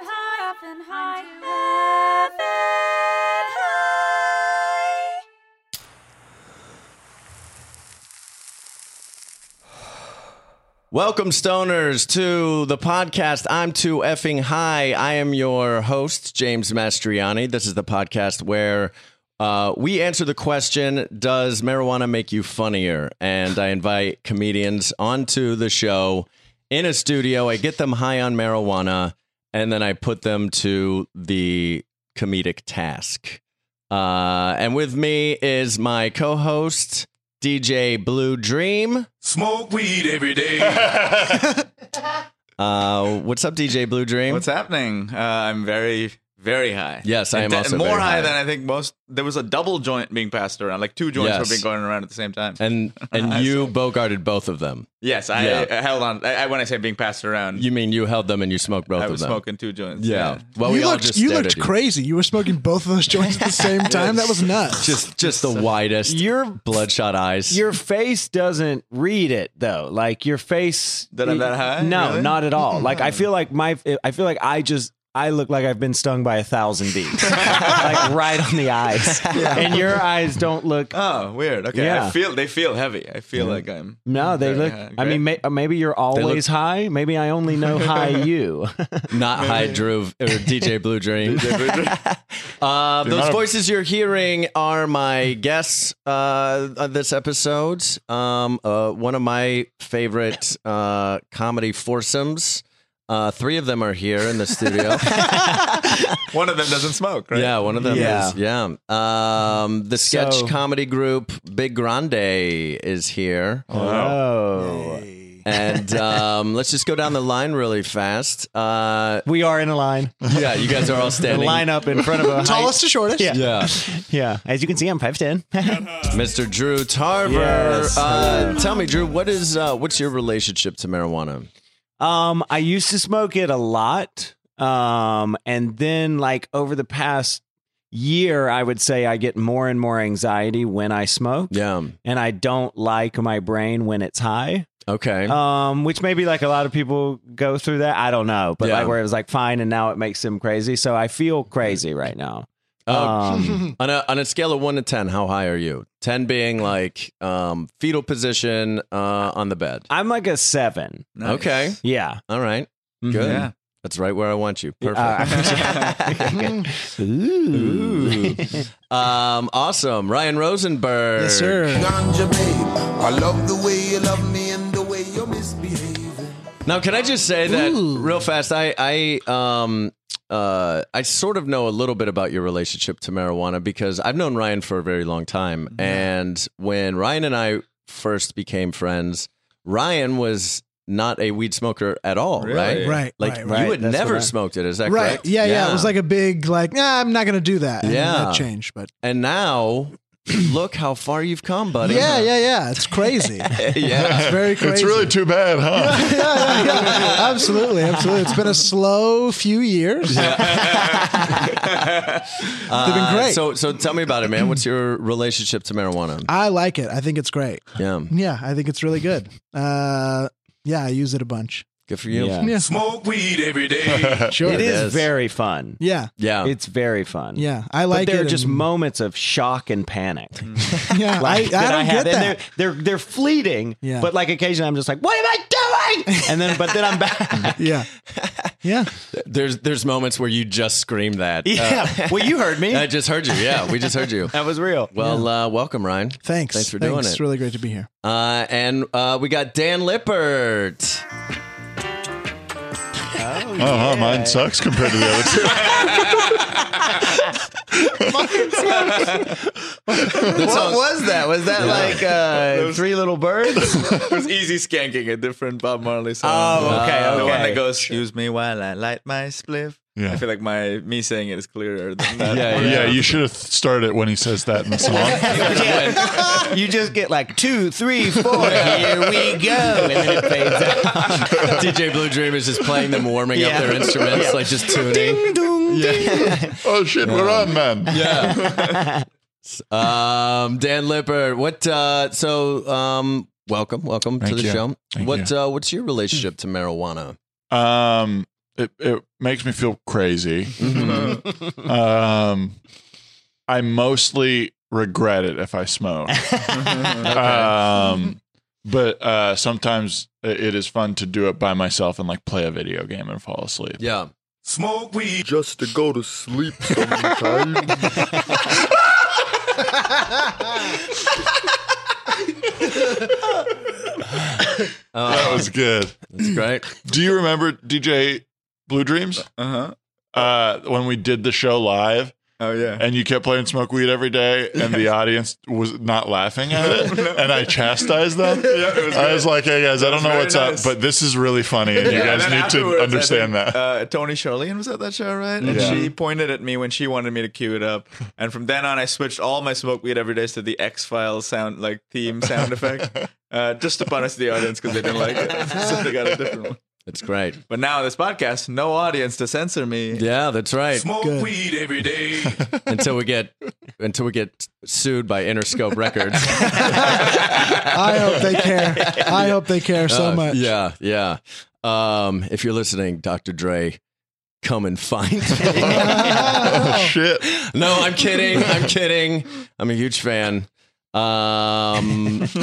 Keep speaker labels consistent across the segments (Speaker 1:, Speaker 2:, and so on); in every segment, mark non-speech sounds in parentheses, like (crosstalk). Speaker 1: heaven high. Heaven high.
Speaker 2: Welcome, stoners, to the podcast. I'm too effing high. I am your host, James Mastriani. This is the podcast where uh, we answer the question Does marijuana make you funnier? And I invite comedians onto the show in a studio. I get them high on marijuana and then I put them to the comedic task. Uh, and with me is my co host, DJ Blue Dream.
Speaker 3: Smoke weed
Speaker 4: (laughs)
Speaker 3: every day.
Speaker 2: Uh, what's up, DJ Blue Dream?
Speaker 5: What's happening? Uh, I'm very, very high.
Speaker 2: Yes, I am
Speaker 5: And de-
Speaker 2: also
Speaker 5: more
Speaker 2: very
Speaker 5: high,
Speaker 2: high.
Speaker 5: than I think most. There was a double joint being passed around, like two joints
Speaker 2: Yes.
Speaker 5: were being going around at the same time.
Speaker 2: And (laughs) and you bogarted both of them.
Speaker 5: yes, I,
Speaker 2: Yeah.
Speaker 5: I held on. I, I- when I say being passed around,
Speaker 2: You mean you held them and you smoked both
Speaker 5: I
Speaker 2: of
Speaker 5: was
Speaker 2: them?
Speaker 5: smoking two joints.
Speaker 2: Yeah. Well, we
Speaker 4: you
Speaker 2: all
Speaker 4: looked,
Speaker 2: just
Speaker 4: you
Speaker 2: stared
Speaker 4: looked
Speaker 2: at
Speaker 4: crazy. You were smoking both of those joints at the same time. That was nuts.
Speaker 2: Just just the widest
Speaker 6: Your
Speaker 2: bloodshot eyes.
Speaker 6: your face doesn't read it though. Like your face
Speaker 5: That I'm that high?
Speaker 6: No,
Speaker 5: Really?
Speaker 6: not at all. Like (laughs) I feel like my I feel like I just I look like I've been stung by a thousand bees, (laughs) like right on the (laughs) eyes, and your eyes don't look.
Speaker 5: Oh, weird. Okay.
Speaker 6: Yeah.
Speaker 5: I feel they feel heavy. I feel
Speaker 2: Mm-hmm.
Speaker 5: like I'm.
Speaker 6: No, they
Speaker 5: Very
Speaker 6: look.
Speaker 5: high.
Speaker 6: I mean, may, maybe you're always high. Maybe I only know (laughs) high you.
Speaker 2: not high Drew or (laughs) DJ Blue Dream. (laughs) Uh, those voices you're hearing are my guests uh, on this episode. Um, uh, one of my favorite uh, comedy foursomes. Uh, three of them are here in the studio. (laughs)
Speaker 5: One of them doesn't smoke, right?
Speaker 2: Yeah, one of them
Speaker 6: Yeah.
Speaker 2: is. Yeah. Um, the sketch
Speaker 6: So-
Speaker 2: comedy group Big Grande is here.
Speaker 6: Oh,
Speaker 2: And um, let's just go down the line really fast. Uh,
Speaker 6: we are in a line.
Speaker 2: yeah, you guys are all
Speaker 6: A
Speaker 2: standing.
Speaker 6: line up in front of a high,
Speaker 4: Tallest to shortest.
Speaker 6: Yeah.
Speaker 2: Yeah.
Speaker 6: yeah. As you can see, I'm five ten.
Speaker 2: Mr. Drew Tarver.
Speaker 6: Yes.
Speaker 2: Uh, tell me, Drew, what is uh, what's your relationship to marijuana?
Speaker 6: Um, I used to smoke it a lot. Um, and then like over the past year, I would say I get more and more anxiety when I smoke.
Speaker 2: Yeah.
Speaker 6: And I don't like my brain when it's high.
Speaker 2: Okay.
Speaker 6: Um, which maybe like a lot of people go through that. I don't know. But
Speaker 2: Yeah.
Speaker 6: like where it was like fine and now it makes them crazy. So I feel crazy right now.
Speaker 2: Uh, (laughs)
Speaker 6: Um
Speaker 2: on a on a scale of one to ten, how high are you? Ten being like um, fetal position uh, on the bed.
Speaker 6: I'm like a seven.
Speaker 5: Nice. (laughs)
Speaker 2: Okay.
Speaker 6: Yeah.
Speaker 2: All right.
Speaker 4: Mm-hmm.
Speaker 6: Mhm.
Speaker 2: Good.
Speaker 5: Yeah.
Speaker 2: That's right where I want you. Perfect.
Speaker 6: (laughs)
Speaker 2: (laughs)
Speaker 6: Uh, Ooh.
Speaker 4: (laughs)
Speaker 2: Um, awesome. Ryan Rosenberg.
Speaker 4: uh, Yes, sir.
Speaker 3: Ganja babe, I love the way you love me and the way you're misbehaving.
Speaker 2: Now, can I just say that
Speaker 4: Ooh.
Speaker 2: real fast? I, I, um, uh, I sort of know a little bit about your relationship to marijuana because I've known Ryan for a very long time. And when Ryan and I first became friends, Ryan was not a weed smoker at all, right?
Speaker 5: Really?
Speaker 4: Right.
Speaker 2: Like
Speaker 4: right,
Speaker 2: you
Speaker 4: right.
Speaker 2: had
Speaker 6: That's
Speaker 2: never
Speaker 6: what I-
Speaker 2: smoked it, is that
Speaker 4: Right.
Speaker 2: correct?
Speaker 4: Yeah, yeah, It was like a big like, nah, I'm not gonna do that. And
Speaker 2: Yeah.
Speaker 4: That changed, but
Speaker 2: and now (clears throat) look how far you've come, buddy.
Speaker 4: yeah, yeah, yeah. It's
Speaker 2: (laughs)
Speaker 4: crazy. (laughs)
Speaker 2: yeah.
Speaker 4: It's very crazy.
Speaker 7: It's really too bad, huh?
Speaker 4: yeah, yeah, yeah. Absolutely, absolutely. It's been a slow few years. (laughs) They've been great.
Speaker 2: Uh, So, so tell me about it, man. What's your relationship to marijuana?
Speaker 4: I like it. I think it's great.
Speaker 2: Yeah,
Speaker 4: Yeah, I think it's really good. Uh, yeah, I use it a bunch.
Speaker 2: good for you.
Speaker 6: Yeah.
Speaker 4: Yeah,
Speaker 3: Smoke weed every day.
Speaker 4: sure.
Speaker 6: It is
Speaker 2: is.
Speaker 6: very fun.
Speaker 4: Yeah,
Speaker 2: Yeah.
Speaker 6: It's very fun.
Speaker 4: yeah. I like
Speaker 6: but there
Speaker 4: it.
Speaker 6: are just
Speaker 4: and-
Speaker 6: moments of shock and panic.
Speaker 4: (laughs) yeah,
Speaker 6: (laughs)
Speaker 4: I,
Speaker 6: Like,
Speaker 4: I
Speaker 6: that
Speaker 4: don't get
Speaker 6: have.
Speaker 4: that.
Speaker 6: And they're, they're they're fleeting.
Speaker 4: Yeah.
Speaker 6: But like occasionally, I'm just like, "What am I doing?" And then, but then
Speaker 4: (laughs)
Speaker 6: I'm back.
Speaker 4: yeah. Yeah.
Speaker 2: there's there's moments where you just scream that.
Speaker 6: yeah.
Speaker 2: Uh,
Speaker 6: well, you heard me.
Speaker 2: I just heard you. Yeah, we just heard
Speaker 4: (laughs)
Speaker 2: you.
Speaker 6: that was real.
Speaker 2: Well, uh, welcome, Ryan.
Speaker 4: Thanks.
Speaker 2: Thanks for doing
Speaker 4: It's
Speaker 2: it.
Speaker 4: really great to be here.
Speaker 2: Uh, and uh, we got Dan Lippert.
Speaker 7: Oh, huh, mine sucks compared to the other two.
Speaker 2: what was that? Was that like uh, Three Little
Speaker 4: (laughs)
Speaker 2: Birds?
Speaker 5: (laughs) It was easy skanking a different Bob Marley song. Uh,
Speaker 6: Oh, okay,
Speaker 5: The one
Speaker 6: okay.
Speaker 5: that goes, "Use me while I light my spliff."
Speaker 7: Yeah.
Speaker 5: I feel like my me saying it is clearer
Speaker 7: (laughs)
Speaker 5: than that.
Speaker 2: Yeah,
Speaker 7: Yeah, you should have started it when he says that in
Speaker 6: (laughs)
Speaker 7: the song. (laughs)
Speaker 6: you just get like two,
Speaker 4: (laughs)
Speaker 6: three, four. Here we go, and then it fades out.
Speaker 2: (laughs)
Speaker 4: (laughs)
Speaker 2: DJ Blue Dream is just playing them, warming up their instruments, like just tuning.
Speaker 7: oh shit, we're on, man.
Speaker 2: Yeah. um, Dan Lippert. What? Uh, so, um, welcome, welcome
Speaker 7: Thank
Speaker 2: to the
Speaker 7: you.
Speaker 2: show.
Speaker 7: Thank
Speaker 2: what? Uh, what's your relationship to marijuana?
Speaker 7: Um, it, it makes me feel crazy. um, I mostly regret it if I smoke. um, but uh, sometimes i- it is fun to do it by myself and like play a video game and fall asleep.
Speaker 2: Yeah.
Speaker 3: Smoke weed just to go to sleep sometimes.
Speaker 7: That was good.
Speaker 2: That's great.
Speaker 7: Do you remember DJ Blue Dreams?
Speaker 5: Uh-huh.
Speaker 7: Uh, when we did the show live
Speaker 5: Oh yeah.
Speaker 7: and you kept playing Smoke Weed every day
Speaker 5: (laughs)
Speaker 7: and the audience was not laughing at it and I
Speaker 5: (laughs)
Speaker 7: chastised them.
Speaker 5: it was
Speaker 7: I was like, hey guys, I don't know
Speaker 5: very
Speaker 7: what's
Speaker 5: nice.
Speaker 7: up, but this is really funny and you
Speaker 5: Yeah,
Speaker 7: guys
Speaker 5: and then
Speaker 7: need to
Speaker 5: afterwards, I
Speaker 7: understand
Speaker 5: think,
Speaker 7: that.
Speaker 5: Uh, Tony Charlene was at that show, right? And
Speaker 7: Yeah.
Speaker 5: she pointed at me when she wanted me to cue it up. And from then on, I switched all my smoke weed every day to the X Files sound, like theme sound
Speaker 7: (laughs)
Speaker 5: effect, uh, just to punish the audience because they didn't like it. (laughs) so they got a different one.
Speaker 2: That's great.
Speaker 5: But now this podcast, no audience to censor me.
Speaker 2: Yeah, that's right.
Speaker 3: (laughs) Smoke weed every day.
Speaker 2: Until we get until we get sued by Interscope (laughs) Records.
Speaker 4: I hope they care. I hope they care so
Speaker 2: Uh,
Speaker 4: much. (laughs)
Speaker 2: Yeah, yeah. Um, if you're listening, Dr. Dre, come and find me. (laughs)
Speaker 7: oh shit.
Speaker 2: no, I'm kidding. I'm kidding. I'm a huge fan. Um,
Speaker 6: Somebody's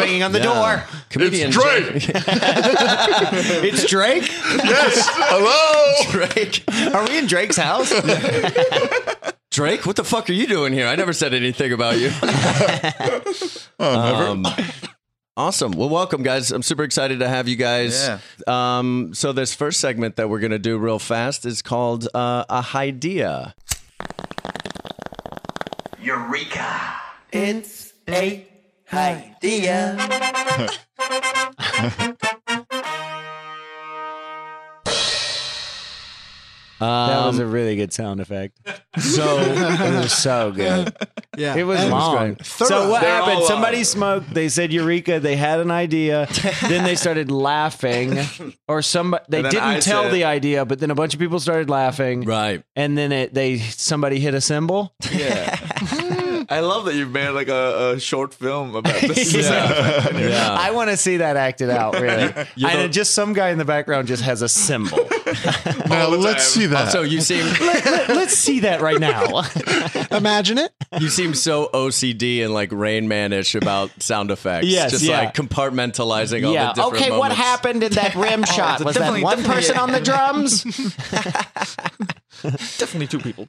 Speaker 6: banging on the
Speaker 2: yeah. Comedian
Speaker 7: Drake.
Speaker 2: Jack-
Speaker 6: door. It's Drake.
Speaker 7: Yes. Hello.
Speaker 2: Drake. (laughs)
Speaker 6: Are we in Drake's house?
Speaker 2: Drake, what the fuck are you doing here? I never said anything about
Speaker 7: (laughs)
Speaker 2: you.
Speaker 7: Oh,
Speaker 2: Um, awesome. Well, welcome, guys. I'm super excited to have you guys. Um, so, this first segment that we're going to do real fast is called uh, a idea.
Speaker 8: It's a idea.
Speaker 6: that was
Speaker 5: Um,
Speaker 6: a really good
Speaker 5: (laughs)
Speaker 6: sound effect. So it was so good.
Speaker 4: Yeah.
Speaker 6: It was
Speaker 4: And-
Speaker 6: long. so what
Speaker 5: They're all
Speaker 6: happened?
Speaker 5: long.
Speaker 6: Somebody smoked. They said Eureka. They had an idea. then they
Speaker 5: (laughs)
Speaker 6: started laughing, or somebody they
Speaker 5: then
Speaker 6: didn't
Speaker 5: I
Speaker 6: tell
Speaker 5: said-
Speaker 6: the idea, but then a bunch of people started laughing.
Speaker 2: Right.
Speaker 6: And then it, they somebody hit a symbol.
Speaker 5: I love that you've made like a, a short film
Speaker 7: (laughs)
Speaker 5: about this.
Speaker 2: Yeah.
Speaker 6: (laughs) I want to see that acted out, really. and it just some guy in the background just has a symbol.
Speaker 5: (laughs)
Speaker 7: Now let's see that.
Speaker 2: So you seem
Speaker 6: Let, us see that right now.
Speaker 4: Imagine it.
Speaker 2: you seem so OCD and like Rain Manish about sound effects.
Speaker 6: Yes,
Speaker 2: just
Speaker 6: yeah.
Speaker 2: like compartmentalizing all the
Speaker 6: yeah.
Speaker 2: different
Speaker 6: Okay, what
Speaker 2: moments.
Speaker 6: happened in (laughs) that rim shot? Was that
Speaker 5: definitely-
Speaker 6: one
Speaker 5: definitely-
Speaker 6: person (laughs) on the drums?
Speaker 5: Definitely
Speaker 2: (laughs)
Speaker 5: two people.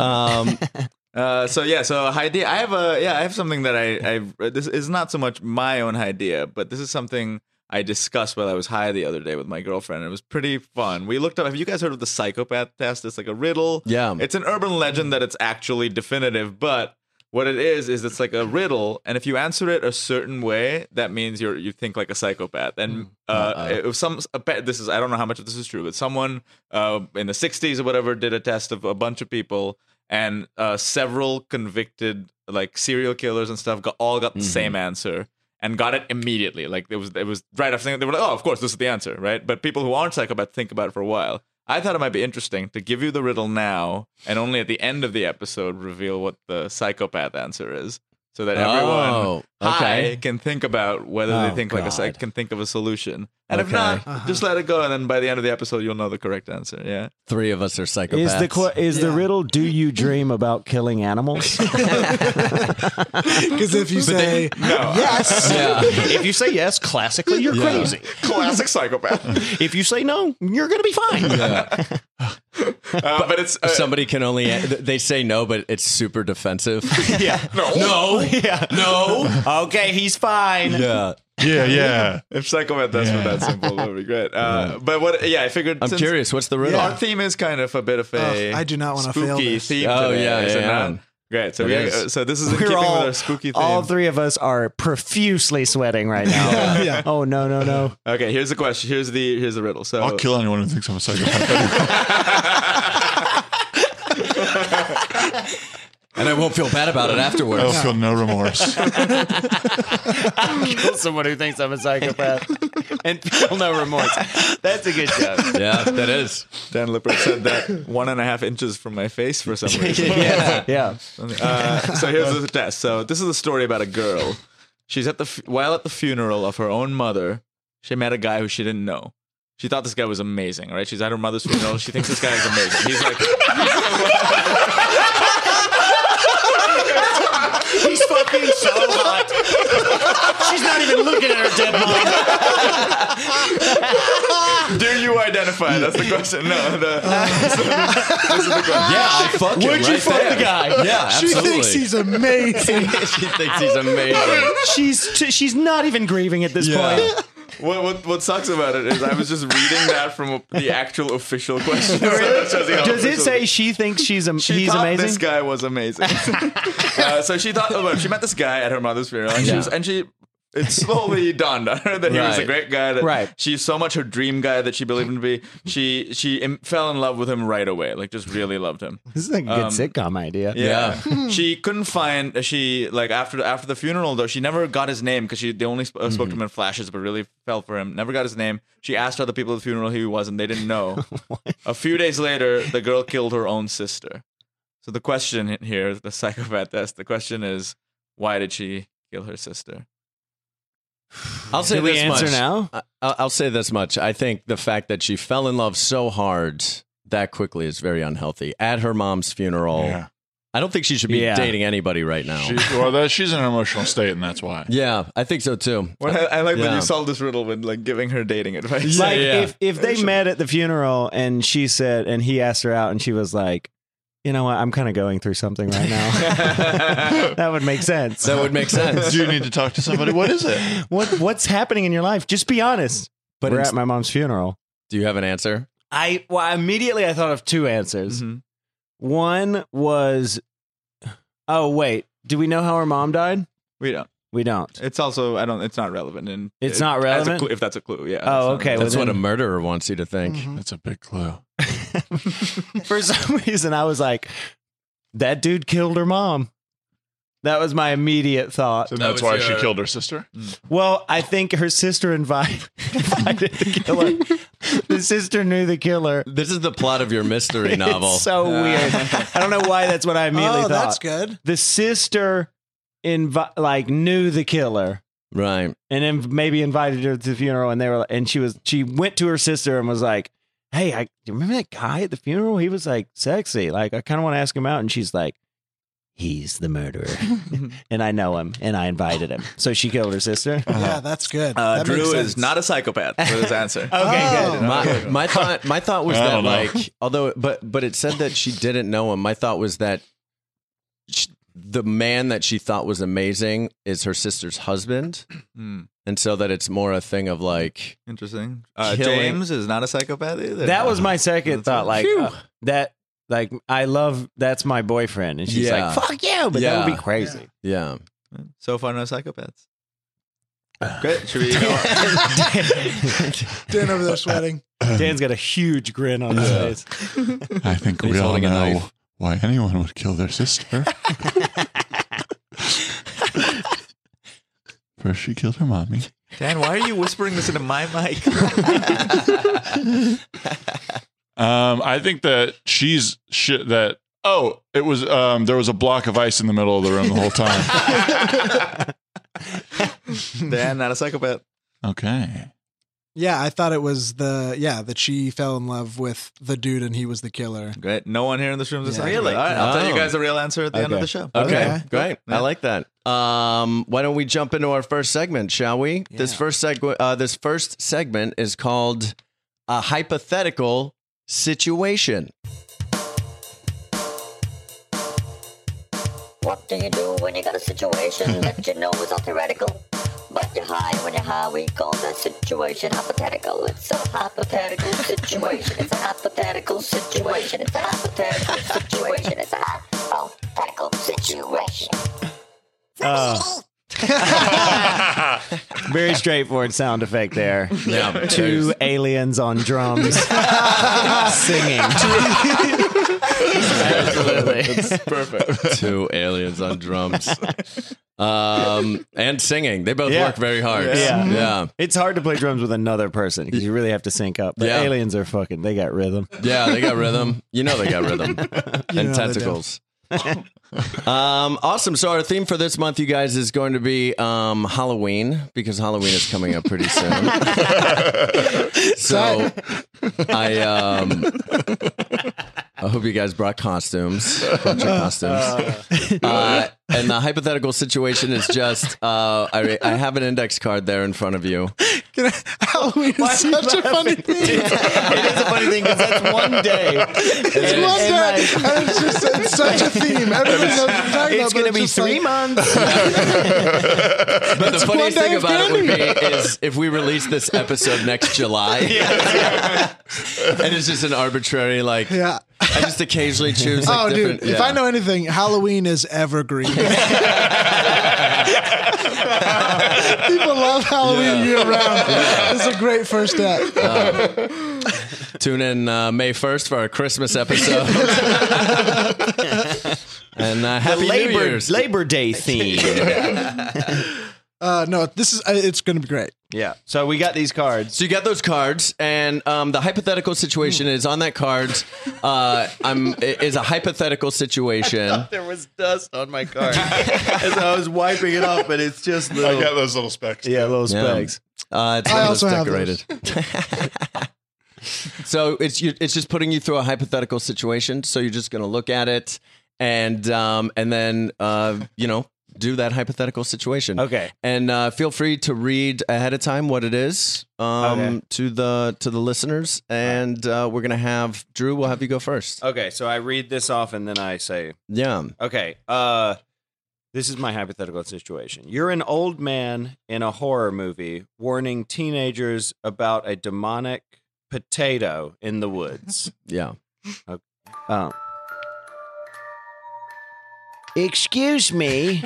Speaker 2: Um,
Speaker 5: (laughs) Uh, so yeah, so idea. I have a yeah, I have something that I I this is not so much my own idea, but this is something I discussed while I was high the other day with my girlfriend. It was pretty fun. We looked up. Have you guys heard of the psychopath test? It's like a riddle.
Speaker 2: Yeah.
Speaker 5: it's an urban legend that it's actually definitive, but. What it is is it's like a riddle, and if you answer it a certain way, that means you're you think like a psychopath. And uh,
Speaker 2: Uh-uh.
Speaker 5: if some appa- this is I don't know how much of this is true, but someone uh, in the '60s or whatever did a test of a bunch of people, and uh, several convicted like serial killers and stuff got all
Speaker 2: Mm-hmm.
Speaker 5: got the same answer and got it immediately. Like it was it was right after they were like, oh, of course, this is the answer, right? But people who aren't psychopaths think about it for a while. I thought it might be interesting to give you the riddle now, and only at the end of the episode reveal what the psychopath answer is, so that everyone
Speaker 2: Oh,
Speaker 5: high
Speaker 2: okay.
Speaker 5: can think about whether
Speaker 6: Oh,
Speaker 5: they think like a psych
Speaker 6: God.
Speaker 5: can think of a solution, and if
Speaker 2: Okay.
Speaker 5: not, just let it go, and then by the end of the episode, you'll know the correct answer. Yeah.
Speaker 2: Three of us are psychopaths.
Speaker 6: Is the qu- is the riddle? Do you dream about
Speaker 4: (laughs)
Speaker 6: killing (laughs) animals?
Speaker 4: Because if you say yes,
Speaker 6: if you say yes, classically you're crazy.
Speaker 5: (laughs) Classic (laughs) psychopath.
Speaker 6: If you say no, you're gonna be fine.
Speaker 5: Uh, but, it's uh, (laughs)
Speaker 2: Somebody can only they say no, but it's super defensive.
Speaker 6: Yeah.
Speaker 2: no,
Speaker 5: (laughs)
Speaker 2: no.
Speaker 6: Okay, he's fine.
Speaker 2: Yeah,
Speaker 7: yeah, yeah.
Speaker 5: (laughs) if psychopath that's not that simple, that would be great. Uh, But what? Yeah, I figured.
Speaker 2: I'm
Speaker 5: since
Speaker 2: curious. What's the riddle?
Speaker 5: Our theme is kind of a bit of a.
Speaker 4: Ugh, I do not wanna fail
Speaker 5: spooky
Speaker 4: this.
Speaker 5: theme.
Speaker 2: Oh,
Speaker 5: today,
Speaker 2: yeah,
Speaker 5: is it
Speaker 2: yeah,
Speaker 5: not?
Speaker 2: yeah.
Speaker 5: Great. So
Speaker 2: It
Speaker 5: we
Speaker 2: is.
Speaker 5: uh, so this
Speaker 4: (laughs)
Speaker 5: is in
Speaker 6: We're
Speaker 5: keeping
Speaker 6: all,
Speaker 5: with our spooky theme.
Speaker 6: all three of us are profusely sweating right
Speaker 4: (laughs)
Speaker 6: now.
Speaker 4: Yeah.
Speaker 6: Oh no, no, no.
Speaker 5: okay. Here's the question. Here's the here's the riddle. So
Speaker 7: I'll kill anyone who thinks I'm a psychopath.
Speaker 2: and I won't feel bad about it afterwards.
Speaker 7: I'll feel
Speaker 2: (laughs)
Speaker 7: no remorse.
Speaker 6: Someone who thinks I'm a (laughs) psychopath and feel no remorse. That's a good joke.
Speaker 2: Yeah, that is.
Speaker 5: Dan Lippert said that one and a half inches from my face
Speaker 4: (laughs)
Speaker 5: for some reason.
Speaker 2: yeah.
Speaker 6: Yeah.
Speaker 5: (laughs) Uh, so here's the test. So this is a story about a girl. She's at the f- while at the funeral of her own mother. she met a guy who she didn't know. She thought this guy was amazing, right? She's at her mother's funeral. She thinks this guy is amazing. He's like,
Speaker 2: (laughs) He's fucking so hot. She's not even looking at her dead mom.
Speaker 5: (laughs) do you identify? That's the question. No, the, this is the question.
Speaker 2: Yeah, I fuck him.
Speaker 5: Would you fuck the
Speaker 2: guy? Yeah,
Speaker 4: She
Speaker 2: absolutely. (laughs)
Speaker 4: thinks he's
Speaker 5: (laughs)
Speaker 4: amazing.
Speaker 2: she thinks he's amazing.
Speaker 6: she's t- she's not even grieving at this point.
Speaker 5: (laughs) What, what what sucks about it is I was just reading that from a, the actual official question. (laughs) Does
Speaker 6: Does it say she thinks she's am-
Speaker 5: She
Speaker 6: he's
Speaker 5: thought
Speaker 6: amazing?
Speaker 5: this guy was
Speaker 6: (laughs)
Speaker 5: amazing. uh, so she thought well, she met this guy at her mother's funeral, and she
Speaker 2: Yeah.
Speaker 5: was, and she it
Speaker 6: (laughs)
Speaker 5: slowly dawned on her that he was a
Speaker 2: Right.
Speaker 5: great guy. That
Speaker 6: Right.
Speaker 5: She's so much her dream guy that she believed him to be. She she im- fell in love with him right away, like just really loved him.
Speaker 6: This is like a good
Speaker 2: Um,
Speaker 6: sitcom idea.
Speaker 5: Yeah.
Speaker 2: (laughs)
Speaker 5: she couldn't find uh, she like after after the funeral though she never got his name because she they only sp- uh, spoke
Speaker 2: Mm-hmm.
Speaker 5: to him in flashes but really fell for him. Never got his name. She asked other people at the funeral who he was and they didn't
Speaker 2: (laughs)
Speaker 5: know. a few days later, the girl killed her own sister. So the question here, the psychopath test, the question is why did she kill her sister?
Speaker 2: I'll say
Speaker 6: Do we
Speaker 2: this
Speaker 6: answer
Speaker 2: much.
Speaker 6: now?
Speaker 2: I- I'll, I'll say this much. I think the fact that she fell in love so hard that quickly is very unhealthy. At her mom's funeral,
Speaker 7: Yeah.
Speaker 2: I don't think she should be
Speaker 6: Yeah.
Speaker 2: dating anybody right now.
Speaker 7: She, well, that, she's in an emotional state, and that's why.
Speaker 2: yeah, I think so too.
Speaker 5: Well, I, I like that
Speaker 2: Uh, Yeah.
Speaker 5: you solved this riddle with like giving her dating advice.
Speaker 6: Like
Speaker 2: yeah.
Speaker 5: (laughs)
Speaker 6: if if they met at the funeral and she said and he asked her out and she was like, you know what, I'm kind of going through something right now.
Speaker 2: (laughs)
Speaker 6: that would make sense.
Speaker 2: That
Speaker 7: (laughs)
Speaker 2: would make sense.
Speaker 7: Do you need to talk to somebody? What is
Speaker 2: (laughs)
Speaker 7: it?
Speaker 6: What what's happening in your life? Just be honest.
Speaker 2: But
Speaker 6: We're
Speaker 2: ins-
Speaker 6: at my mom's funeral.
Speaker 2: Do you have an answer?
Speaker 6: I well immediately I thought of two answers.
Speaker 5: Mhm.
Speaker 2: Mm-hmm.
Speaker 6: One was, oh wait, do we know how her mom died?
Speaker 5: We don't.
Speaker 4: (laughs)
Speaker 6: We don't.
Speaker 5: It's also I don't. It's not relevant. And
Speaker 6: It's not
Speaker 5: as a
Speaker 6: relevant?
Speaker 5: clue- if that's a clue, yeah. That's
Speaker 6: Oh,
Speaker 5: not-
Speaker 6: okay.
Speaker 2: That's
Speaker 6: well,
Speaker 2: what a
Speaker 6: then-
Speaker 2: murderer wants you to think.
Speaker 7: Mm-hmm. That's a big clue.
Speaker 6: for some reason I was like, that dude killed her mom. That was my immediate thought.
Speaker 7: So that's
Speaker 2: was
Speaker 7: why
Speaker 2: your-
Speaker 7: she killed her sister.
Speaker 5: mm.
Speaker 6: Well, I think her sister invited, (laughs) invited the killer. The sister knew the killer.
Speaker 2: This is the plot of your mystery novel.
Speaker 6: (laughs) It's so weird. I don't know why that's what I immediately
Speaker 4: oh,
Speaker 6: thought.
Speaker 4: that's good.
Speaker 6: The sister invi- like knew the killer
Speaker 7: (laughs)
Speaker 2: right.
Speaker 6: and then maybe invited her to the funeral and they were and she was she went to her sister and was like hey i do you remember that guy at the funeral he was like sexy like i kind of want to ask him out and she's like he's the murderer and i know him and i invited him so she killed
Speaker 2: (laughs)
Speaker 6: her sister
Speaker 2: Oh,
Speaker 4: Yeah, that's good.
Speaker 5: Uh,
Speaker 4: That makes
Speaker 5: Drew is
Speaker 4: sense.
Speaker 5: not a (laughs) psychopath. Was his answer?
Speaker 4: Oh. (laughs)
Speaker 6: okay
Speaker 2: My, my thought my thought was
Speaker 7: I
Speaker 2: that
Speaker 7: don't know.
Speaker 2: like although but but it said that she didn't know him. My thought was that sh the man that she thought was amazing is her sister's husband,
Speaker 5: Hmm.
Speaker 2: and so that it's more a thing of like
Speaker 5: Interesting. Uh,
Speaker 2: Killing.
Speaker 5: James is not a psychopath either.
Speaker 6: good that was my second
Speaker 5: That's
Speaker 6: thought
Speaker 5: it.
Speaker 6: like uh, that like i love that's my boyfriend and she's
Speaker 2: Yeah.
Speaker 6: like fuck you but that
Speaker 2: Yeah.
Speaker 6: would be crazy
Speaker 2: yeah.
Speaker 5: So far, no psychopaths. Great. Should we?
Speaker 4: Dan over there sweating.
Speaker 6: dan's got a huge grin on his face
Speaker 7: I think
Speaker 2: He's
Speaker 7: we all
Speaker 2: holding a
Speaker 7: know
Speaker 2: knife.
Speaker 7: why anyone would kill
Speaker 2: (laughs)
Speaker 7: their sister. First, she killed her mommy.
Speaker 5: Dan, why are you whispering this into my mic?
Speaker 7: Um, I think that she's shit. That oh, it was um, there was a block of ice in the middle of the room the whole time. (laughs)
Speaker 5: Dan, not a psychopath.
Speaker 7: okay,
Speaker 4: Yeah, I thought it was the yeah that she fell in love with the dude and he was the killer.
Speaker 5: Great. No one here in this room is a
Speaker 4: Yeah.
Speaker 5: psychopath. All right, I'll tell you
Speaker 2: Oh.
Speaker 5: guys the real answer at the end of
Speaker 6: Okay.
Speaker 5: the show.
Speaker 2: Okay,
Speaker 4: Okay.
Speaker 2: great. I like that. Um, why don't we jump into our first segment, shall we? This
Speaker 4: Yeah.
Speaker 2: first seg- uh, this first segment is called a hypothetical situation.
Speaker 9: What do you do when you got a situation that you know is all theoretical? But you're high when you're high, we call that situation hypothetical. It's a hypothetical situation. It's a hypothetical situation. It's a hypothetical situation. It's a hypothetical situation.
Speaker 6: Oh. (laughs) Very straightforward sound effect there.
Speaker 2: Yeah,
Speaker 6: Two aliens on (laughs) drums singing.
Speaker 2: (laughs) absolutely. perfect. Two aliens on drums. Um, and singing. They both
Speaker 6: Yeah.
Speaker 2: work very hard.
Speaker 6: Yeah.
Speaker 2: yeah.
Speaker 6: It's hard to play drums with another person because you really have to sync up. But
Speaker 2: Yeah.
Speaker 6: aliens are fucking, they got rhythm.
Speaker 2: (laughs) Yeah, they got rhythm. You know they got rhythm.
Speaker 4: know
Speaker 2: and
Speaker 4: they
Speaker 2: (laughs)
Speaker 4: do.
Speaker 2: tentacles. Um, awesome. So our theme for this month, you guys, is going to be um, Halloween because Halloween is coming up pretty (laughs) soon. so I um, I hope you guys brought costumes, brought your costumes. Uh, and the hypothetical situation is just uh, I, I have an index card there in front of you.
Speaker 4: Can I, (laughs) Halloween is such a funny thing.
Speaker 6: (laughs) it is a funny thing because that's one day. It's
Speaker 4: It's one day, and it's just it's such a
Speaker 6: (laughs)
Speaker 4: theme. Everybody knows what you're talking about.
Speaker 6: It's
Speaker 4: but
Speaker 6: going to be
Speaker 4: just
Speaker 6: three
Speaker 4: like- (laughs)
Speaker 6: months.
Speaker 2: But the funniest
Speaker 4: one day
Speaker 2: thing
Speaker 4: of
Speaker 2: about it would be is if we release this episode next
Speaker 4: (laughs)
Speaker 2: July, and it's just an arbitrary like.
Speaker 4: Yeah.
Speaker 2: I just occasionally choose. Like,
Speaker 4: oh,
Speaker 2: different,
Speaker 4: dude! If
Speaker 2: yeah.
Speaker 4: I know anything, Halloween is
Speaker 2: (laughs)
Speaker 4: evergreen. People love Halloween year round. It's a great first step.
Speaker 2: Tune in uh, May 1st for our Christmas
Speaker 4: (laughs)
Speaker 2: episode. and uh, happy New
Speaker 6: (laughs) Labor,
Speaker 2: Year's.
Speaker 6: Labor Day theme.
Speaker 4: Uh, no, this is uh, it's going to be great.
Speaker 6: (laughs) yeah. So we got these cards.
Speaker 2: so you got those cards, and um, the hypothetical situation is on that card. Uh, I'm it is a hypothetical situation.
Speaker 10: There was dust on my car as I was wiping it off, but it's just
Speaker 7: I
Speaker 10: little.
Speaker 7: got those little specks.
Speaker 6: Yeah, little
Speaker 2: Yeah.
Speaker 6: specs.
Speaker 2: Uh, it's
Speaker 4: I
Speaker 2: one of those
Speaker 4: also have those.
Speaker 2: decorated. (laughs) so it's you, it's just putting you through a hypothetical situation. So you're just going to look at it, and um, and then uh, you know do that hypothetical situation.
Speaker 6: Okay.
Speaker 2: and uh, feel free to read ahead of time what it is um,
Speaker 6: Okay.
Speaker 2: to the to the listeners. And uh, we're gonna have Drew. We'll have you go first.
Speaker 6: Okay, so I read this off and then I say,
Speaker 2: Yeah.
Speaker 6: okay, uh, this is my hypothetical situation. You're an old man in a horror movie warning teenagers about a demonic potato in the (laughs) woods.
Speaker 2: Yeah.
Speaker 6: Oh. Excuse me.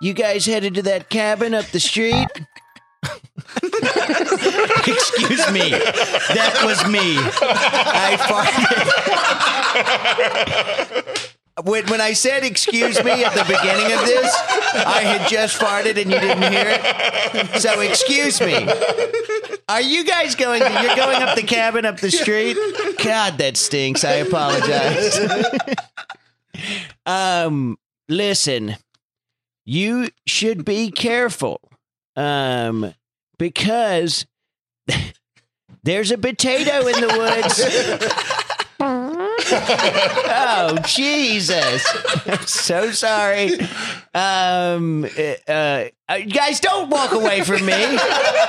Speaker 6: You guys headed to that cabin up the street? (laughs) Excuse me. That was me. I farted. When, when I said excuse me at the beginning of this, I had just farted and you didn't hear it. So excuse me. Are you guys going? You're going up the cabin up the street. God, that stinks. I apologize. um, listen, you should be careful, um, because there's a potato in the woods. oh Jesus! (laughs) I'm so sorry. Um, uh, uh, you guys, don't walk away from me.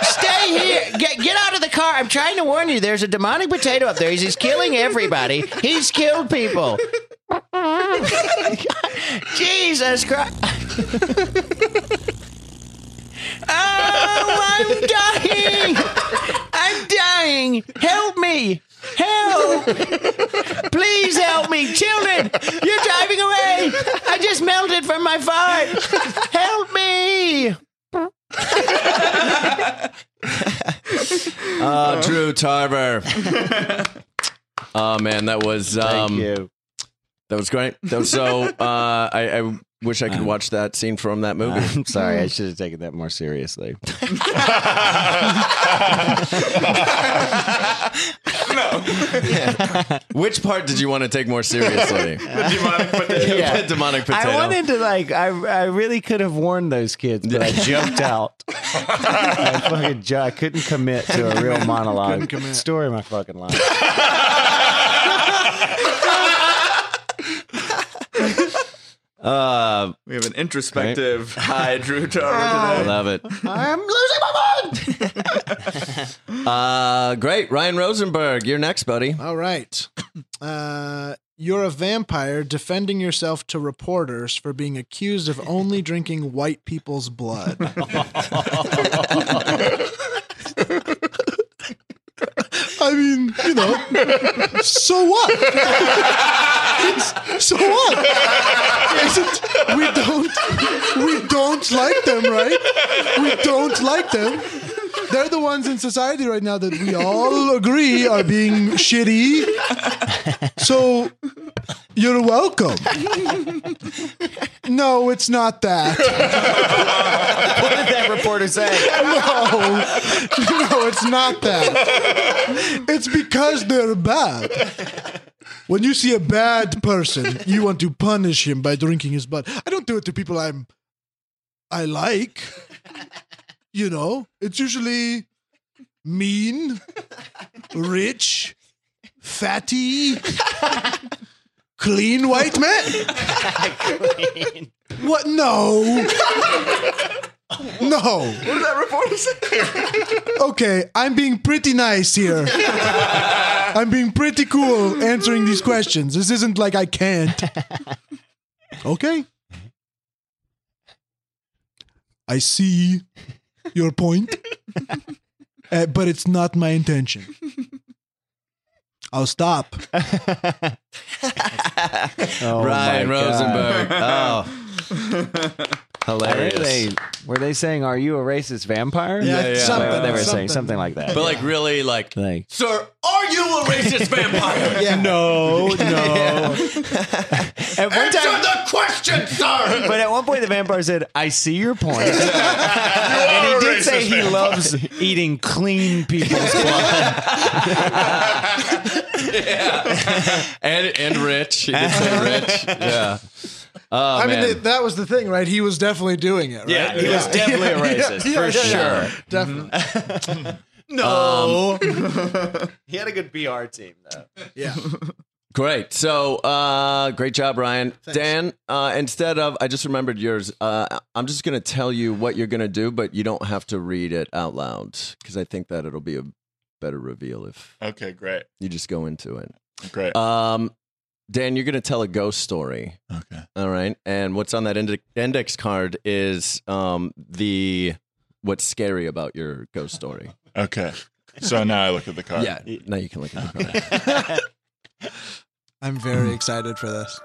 Speaker 6: Stay here. Get, get out of the car. I'm trying to warn you. There's a demonic potato up there. He's, he's killing everybody. He's killed people. (laughs) Jesus Christ. (laughs) oh, I'm dying. I'm dying. Help me. Help. Please help me. Children, you're driving away. I just melted from my fart. Help me.
Speaker 2: Uh, Drew
Speaker 6: (laughs)
Speaker 2: Tarver. oh man, that was um,
Speaker 6: (laughs)
Speaker 2: that was great. That was so. Uh, I, I wish I could
Speaker 6: Uh-huh.
Speaker 2: watch that scene from that movie.
Speaker 6: sorry. (laughs) I should have taken that more seriously.
Speaker 2: (laughs) Which part did you want to take more seriously?
Speaker 6: (laughs) Yeah.
Speaker 2: (laughs) The demonic potato.
Speaker 6: I wanted to like I I really could have warned those kids, but I jumped out.
Speaker 2: (laughs)
Speaker 6: I fucking ju- I couldn't commit to a real monologue story. of My
Speaker 2: (laughs)
Speaker 6: fucking life.
Speaker 2: Uh,
Speaker 5: We have an introspective high Drew Tarver today.
Speaker 2: love it.
Speaker 6: I'm losing my mind.
Speaker 2: (laughs) Uh, great, Ryan Rosenberg, you're next, buddy.
Speaker 4: All right. Uh, you're a vampire defending yourself to reporters for being accused of only drinking white people's
Speaker 2: (laughs)
Speaker 4: blood. I mean, you know, so what? It's- so what? Isn't, we don't we don't like them, right? We don't like them. They're the ones in society right now that we all agree are being shitty. So you're welcome. No, it's not that.
Speaker 6: What did that reporter say?
Speaker 2: (laughs)
Speaker 4: (laughs) No, no, it's not that. It's because they're bad. When you see a bad person, you want to punish him by drinking his blood. I don't do it to people I'm I like. You know, it's usually mean, rich, fatty, clean white man. What? No. No.
Speaker 5: What did that reporter say?
Speaker 4: Okay, I'm being pretty nice here. I'm being pretty cool answering these questions. This isn't like I can't. Okay. I see your point, uh, but it's not my intention. I'll stop.
Speaker 6: Oh
Speaker 2: Ryan
Speaker 6: my God.
Speaker 2: Rosenberg. Oh,
Speaker 6: (laughs) Were they,
Speaker 2: hilarious.
Speaker 6: were they saying, "Are you a racist vampire"?
Speaker 4: Yeah,
Speaker 2: yeah.
Speaker 6: They were-
Speaker 4: something.
Speaker 6: they were
Speaker 4: something.
Speaker 6: saying something like that.
Speaker 2: But like really,
Speaker 6: (laughs)
Speaker 2: like, (laughs)
Speaker 6: like,
Speaker 2: sir, are you a racist vampire?
Speaker 4: Yeah. (laughs)
Speaker 6: no, no. At one
Speaker 2: Answer
Speaker 6: time,
Speaker 2: the question, sir.
Speaker 6: but at one point, the vampire said, "I see your
Speaker 2: (laughs)
Speaker 6: point," and he did say he loves eating clean
Speaker 2: (laughs)
Speaker 6: people's blood.
Speaker 2: and and rich. He did say
Speaker 6: (laughs)
Speaker 2: rich. Yeah. Oh,
Speaker 4: I mean,
Speaker 2: man.
Speaker 4: th- that was the thing, right? He was definitely doing it, right?
Speaker 2: yeah, he was definitely
Speaker 6: (laughs)
Speaker 2: a racist
Speaker 4: Yeah,
Speaker 2: for
Speaker 4: yeah,
Speaker 2: sure.
Speaker 4: yeah. Definitely.
Speaker 2: No.
Speaker 10: He had a good BR team though.
Speaker 4: Yeah.
Speaker 2: Great. So, uh, great job, Ryan. Dan, uh, instead of, I just remembered yours. Uh, I'm just going to tell you what you're going to do, but you don't have to read it out loud because I think that it'll be a better reveal if
Speaker 7: Okay, great,
Speaker 2: you just go into it.
Speaker 7: great.
Speaker 2: Um, Dan, you're going to tell a ghost story.
Speaker 7: okay,
Speaker 2: All right. And what's on that inde- index card is um, the what's scary about your ghost
Speaker 7: (laughs)
Speaker 2: story.
Speaker 7: okay. So now I look at the card.
Speaker 2: Yeah. Now you can look at the card.
Speaker 4: I'm very excited for this.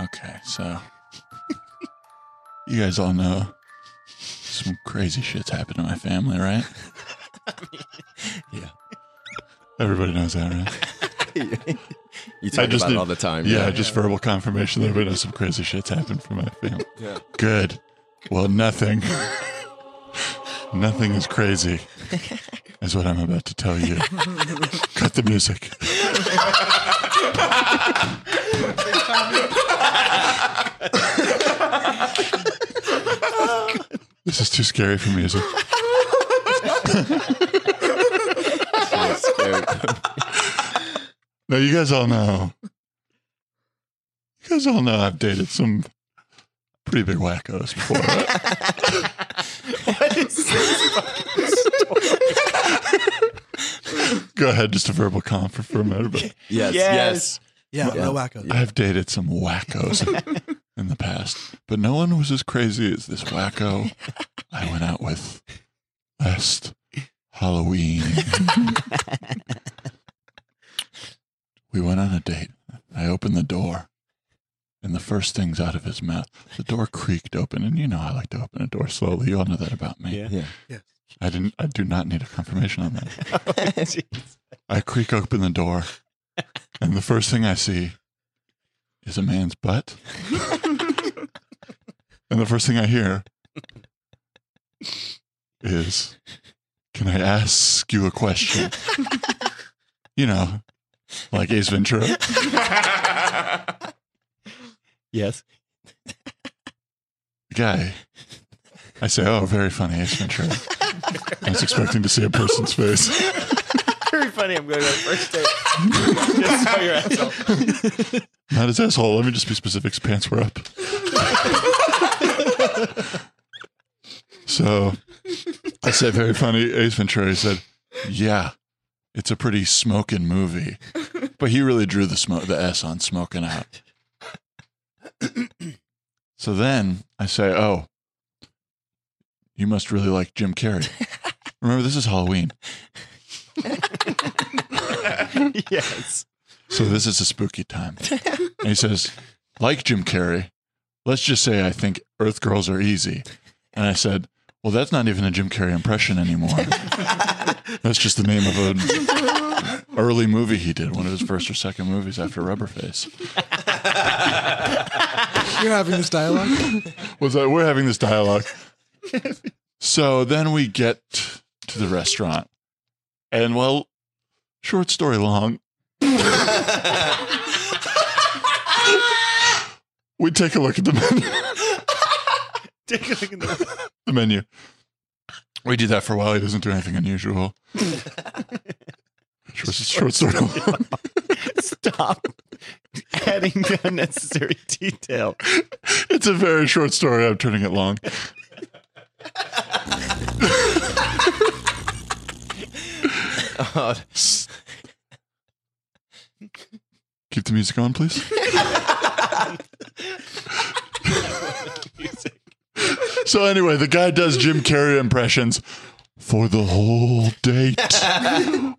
Speaker 7: Okay, so you guys all know some crazy shit's happened to my
Speaker 2: (laughs)
Speaker 7: family, right?
Speaker 2: Yeah.
Speaker 7: Everybody knows that, right?
Speaker 2: You talk
Speaker 7: just
Speaker 2: about it
Speaker 7: need-
Speaker 2: all the time.
Speaker 7: Yeah,
Speaker 2: (laughs)
Speaker 7: just verbal confirmation that everybody knows some crazy shit's happened for my family. Good. Well, nothing. nothing is crazy, is what I'm about to tell you. Cut the music. this is too scary for music. (laughs) Now you guys all know. You guys all know I've dated some pretty big wackos before. right? Go ahead, just a verbal conf for a minute. But
Speaker 2: yes. Yes.
Speaker 4: Yeah, real wacko.
Speaker 7: I've dated some wackos in the past, but no one was as crazy as this wacko I went out with last Halloween. we went on a date. I opened the door, and the first thing's out of his mouth. The door creaked open, and you know I like to open a door slowly. You all know that about me.
Speaker 6: Yeah.
Speaker 2: Yeah.
Speaker 4: Yes.
Speaker 7: I didn't. I do not need a confirmation on that. I creak open the door, and the first thing I see is a man's butt. and the first thing I hear is, Can I ask you a question? you know, like Ace Ventura.
Speaker 6: yes.
Speaker 7: The guy. I say, Oh, very funny, Ace Ventura. I was expecting to see a person's face.
Speaker 10: Very funny. I'm going on first date. Just saw your asshole.
Speaker 7: Not his asshole. Let me just be specific. His pants were up. so I said, very funny. Ace Ventura He said, yeah, it's a pretty smoking movie. But he really drew the smoke, the S on smoking out. so then I say, oh, you must really like Jim Carrey. Remember, this is Halloween.
Speaker 6: Yes.
Speaker 7: So this is a spooky time. And he says, like Jim Carrey, let's just say I think Earth Girls are easy. And I said, well, that's not even a Jim Carrey impression anymore. that's just the name of an early movie he did, one of his first or second movies after Rubberface.
Speaker 4: You're having this dialogue?
Speaker 7: was that we're having
Speaker 10: (laughs)
Speaker 7: this dialogue. so then we get to the restaurant, and well, Short
Speaker 10: (laughs)
Speaker 7: story long. we take a look at the menu.
Speaker 10: (laughs) Take a look in the
Speaker 7: the menu. We do that for a while. He doesn't do
Speaker 10: (laughs)
Speaker 7: anything unusual. short, short story long.
Speaker 6: Stop (laughs) adding (laughs) unnecessary detail.
Speaker 7: It's a very short story. I'm turning it long.
Speaker 2: Oh,
Speaker 7: Keep the music on, please. so anyway, the guy does Jim Carrey impressions for the whole date,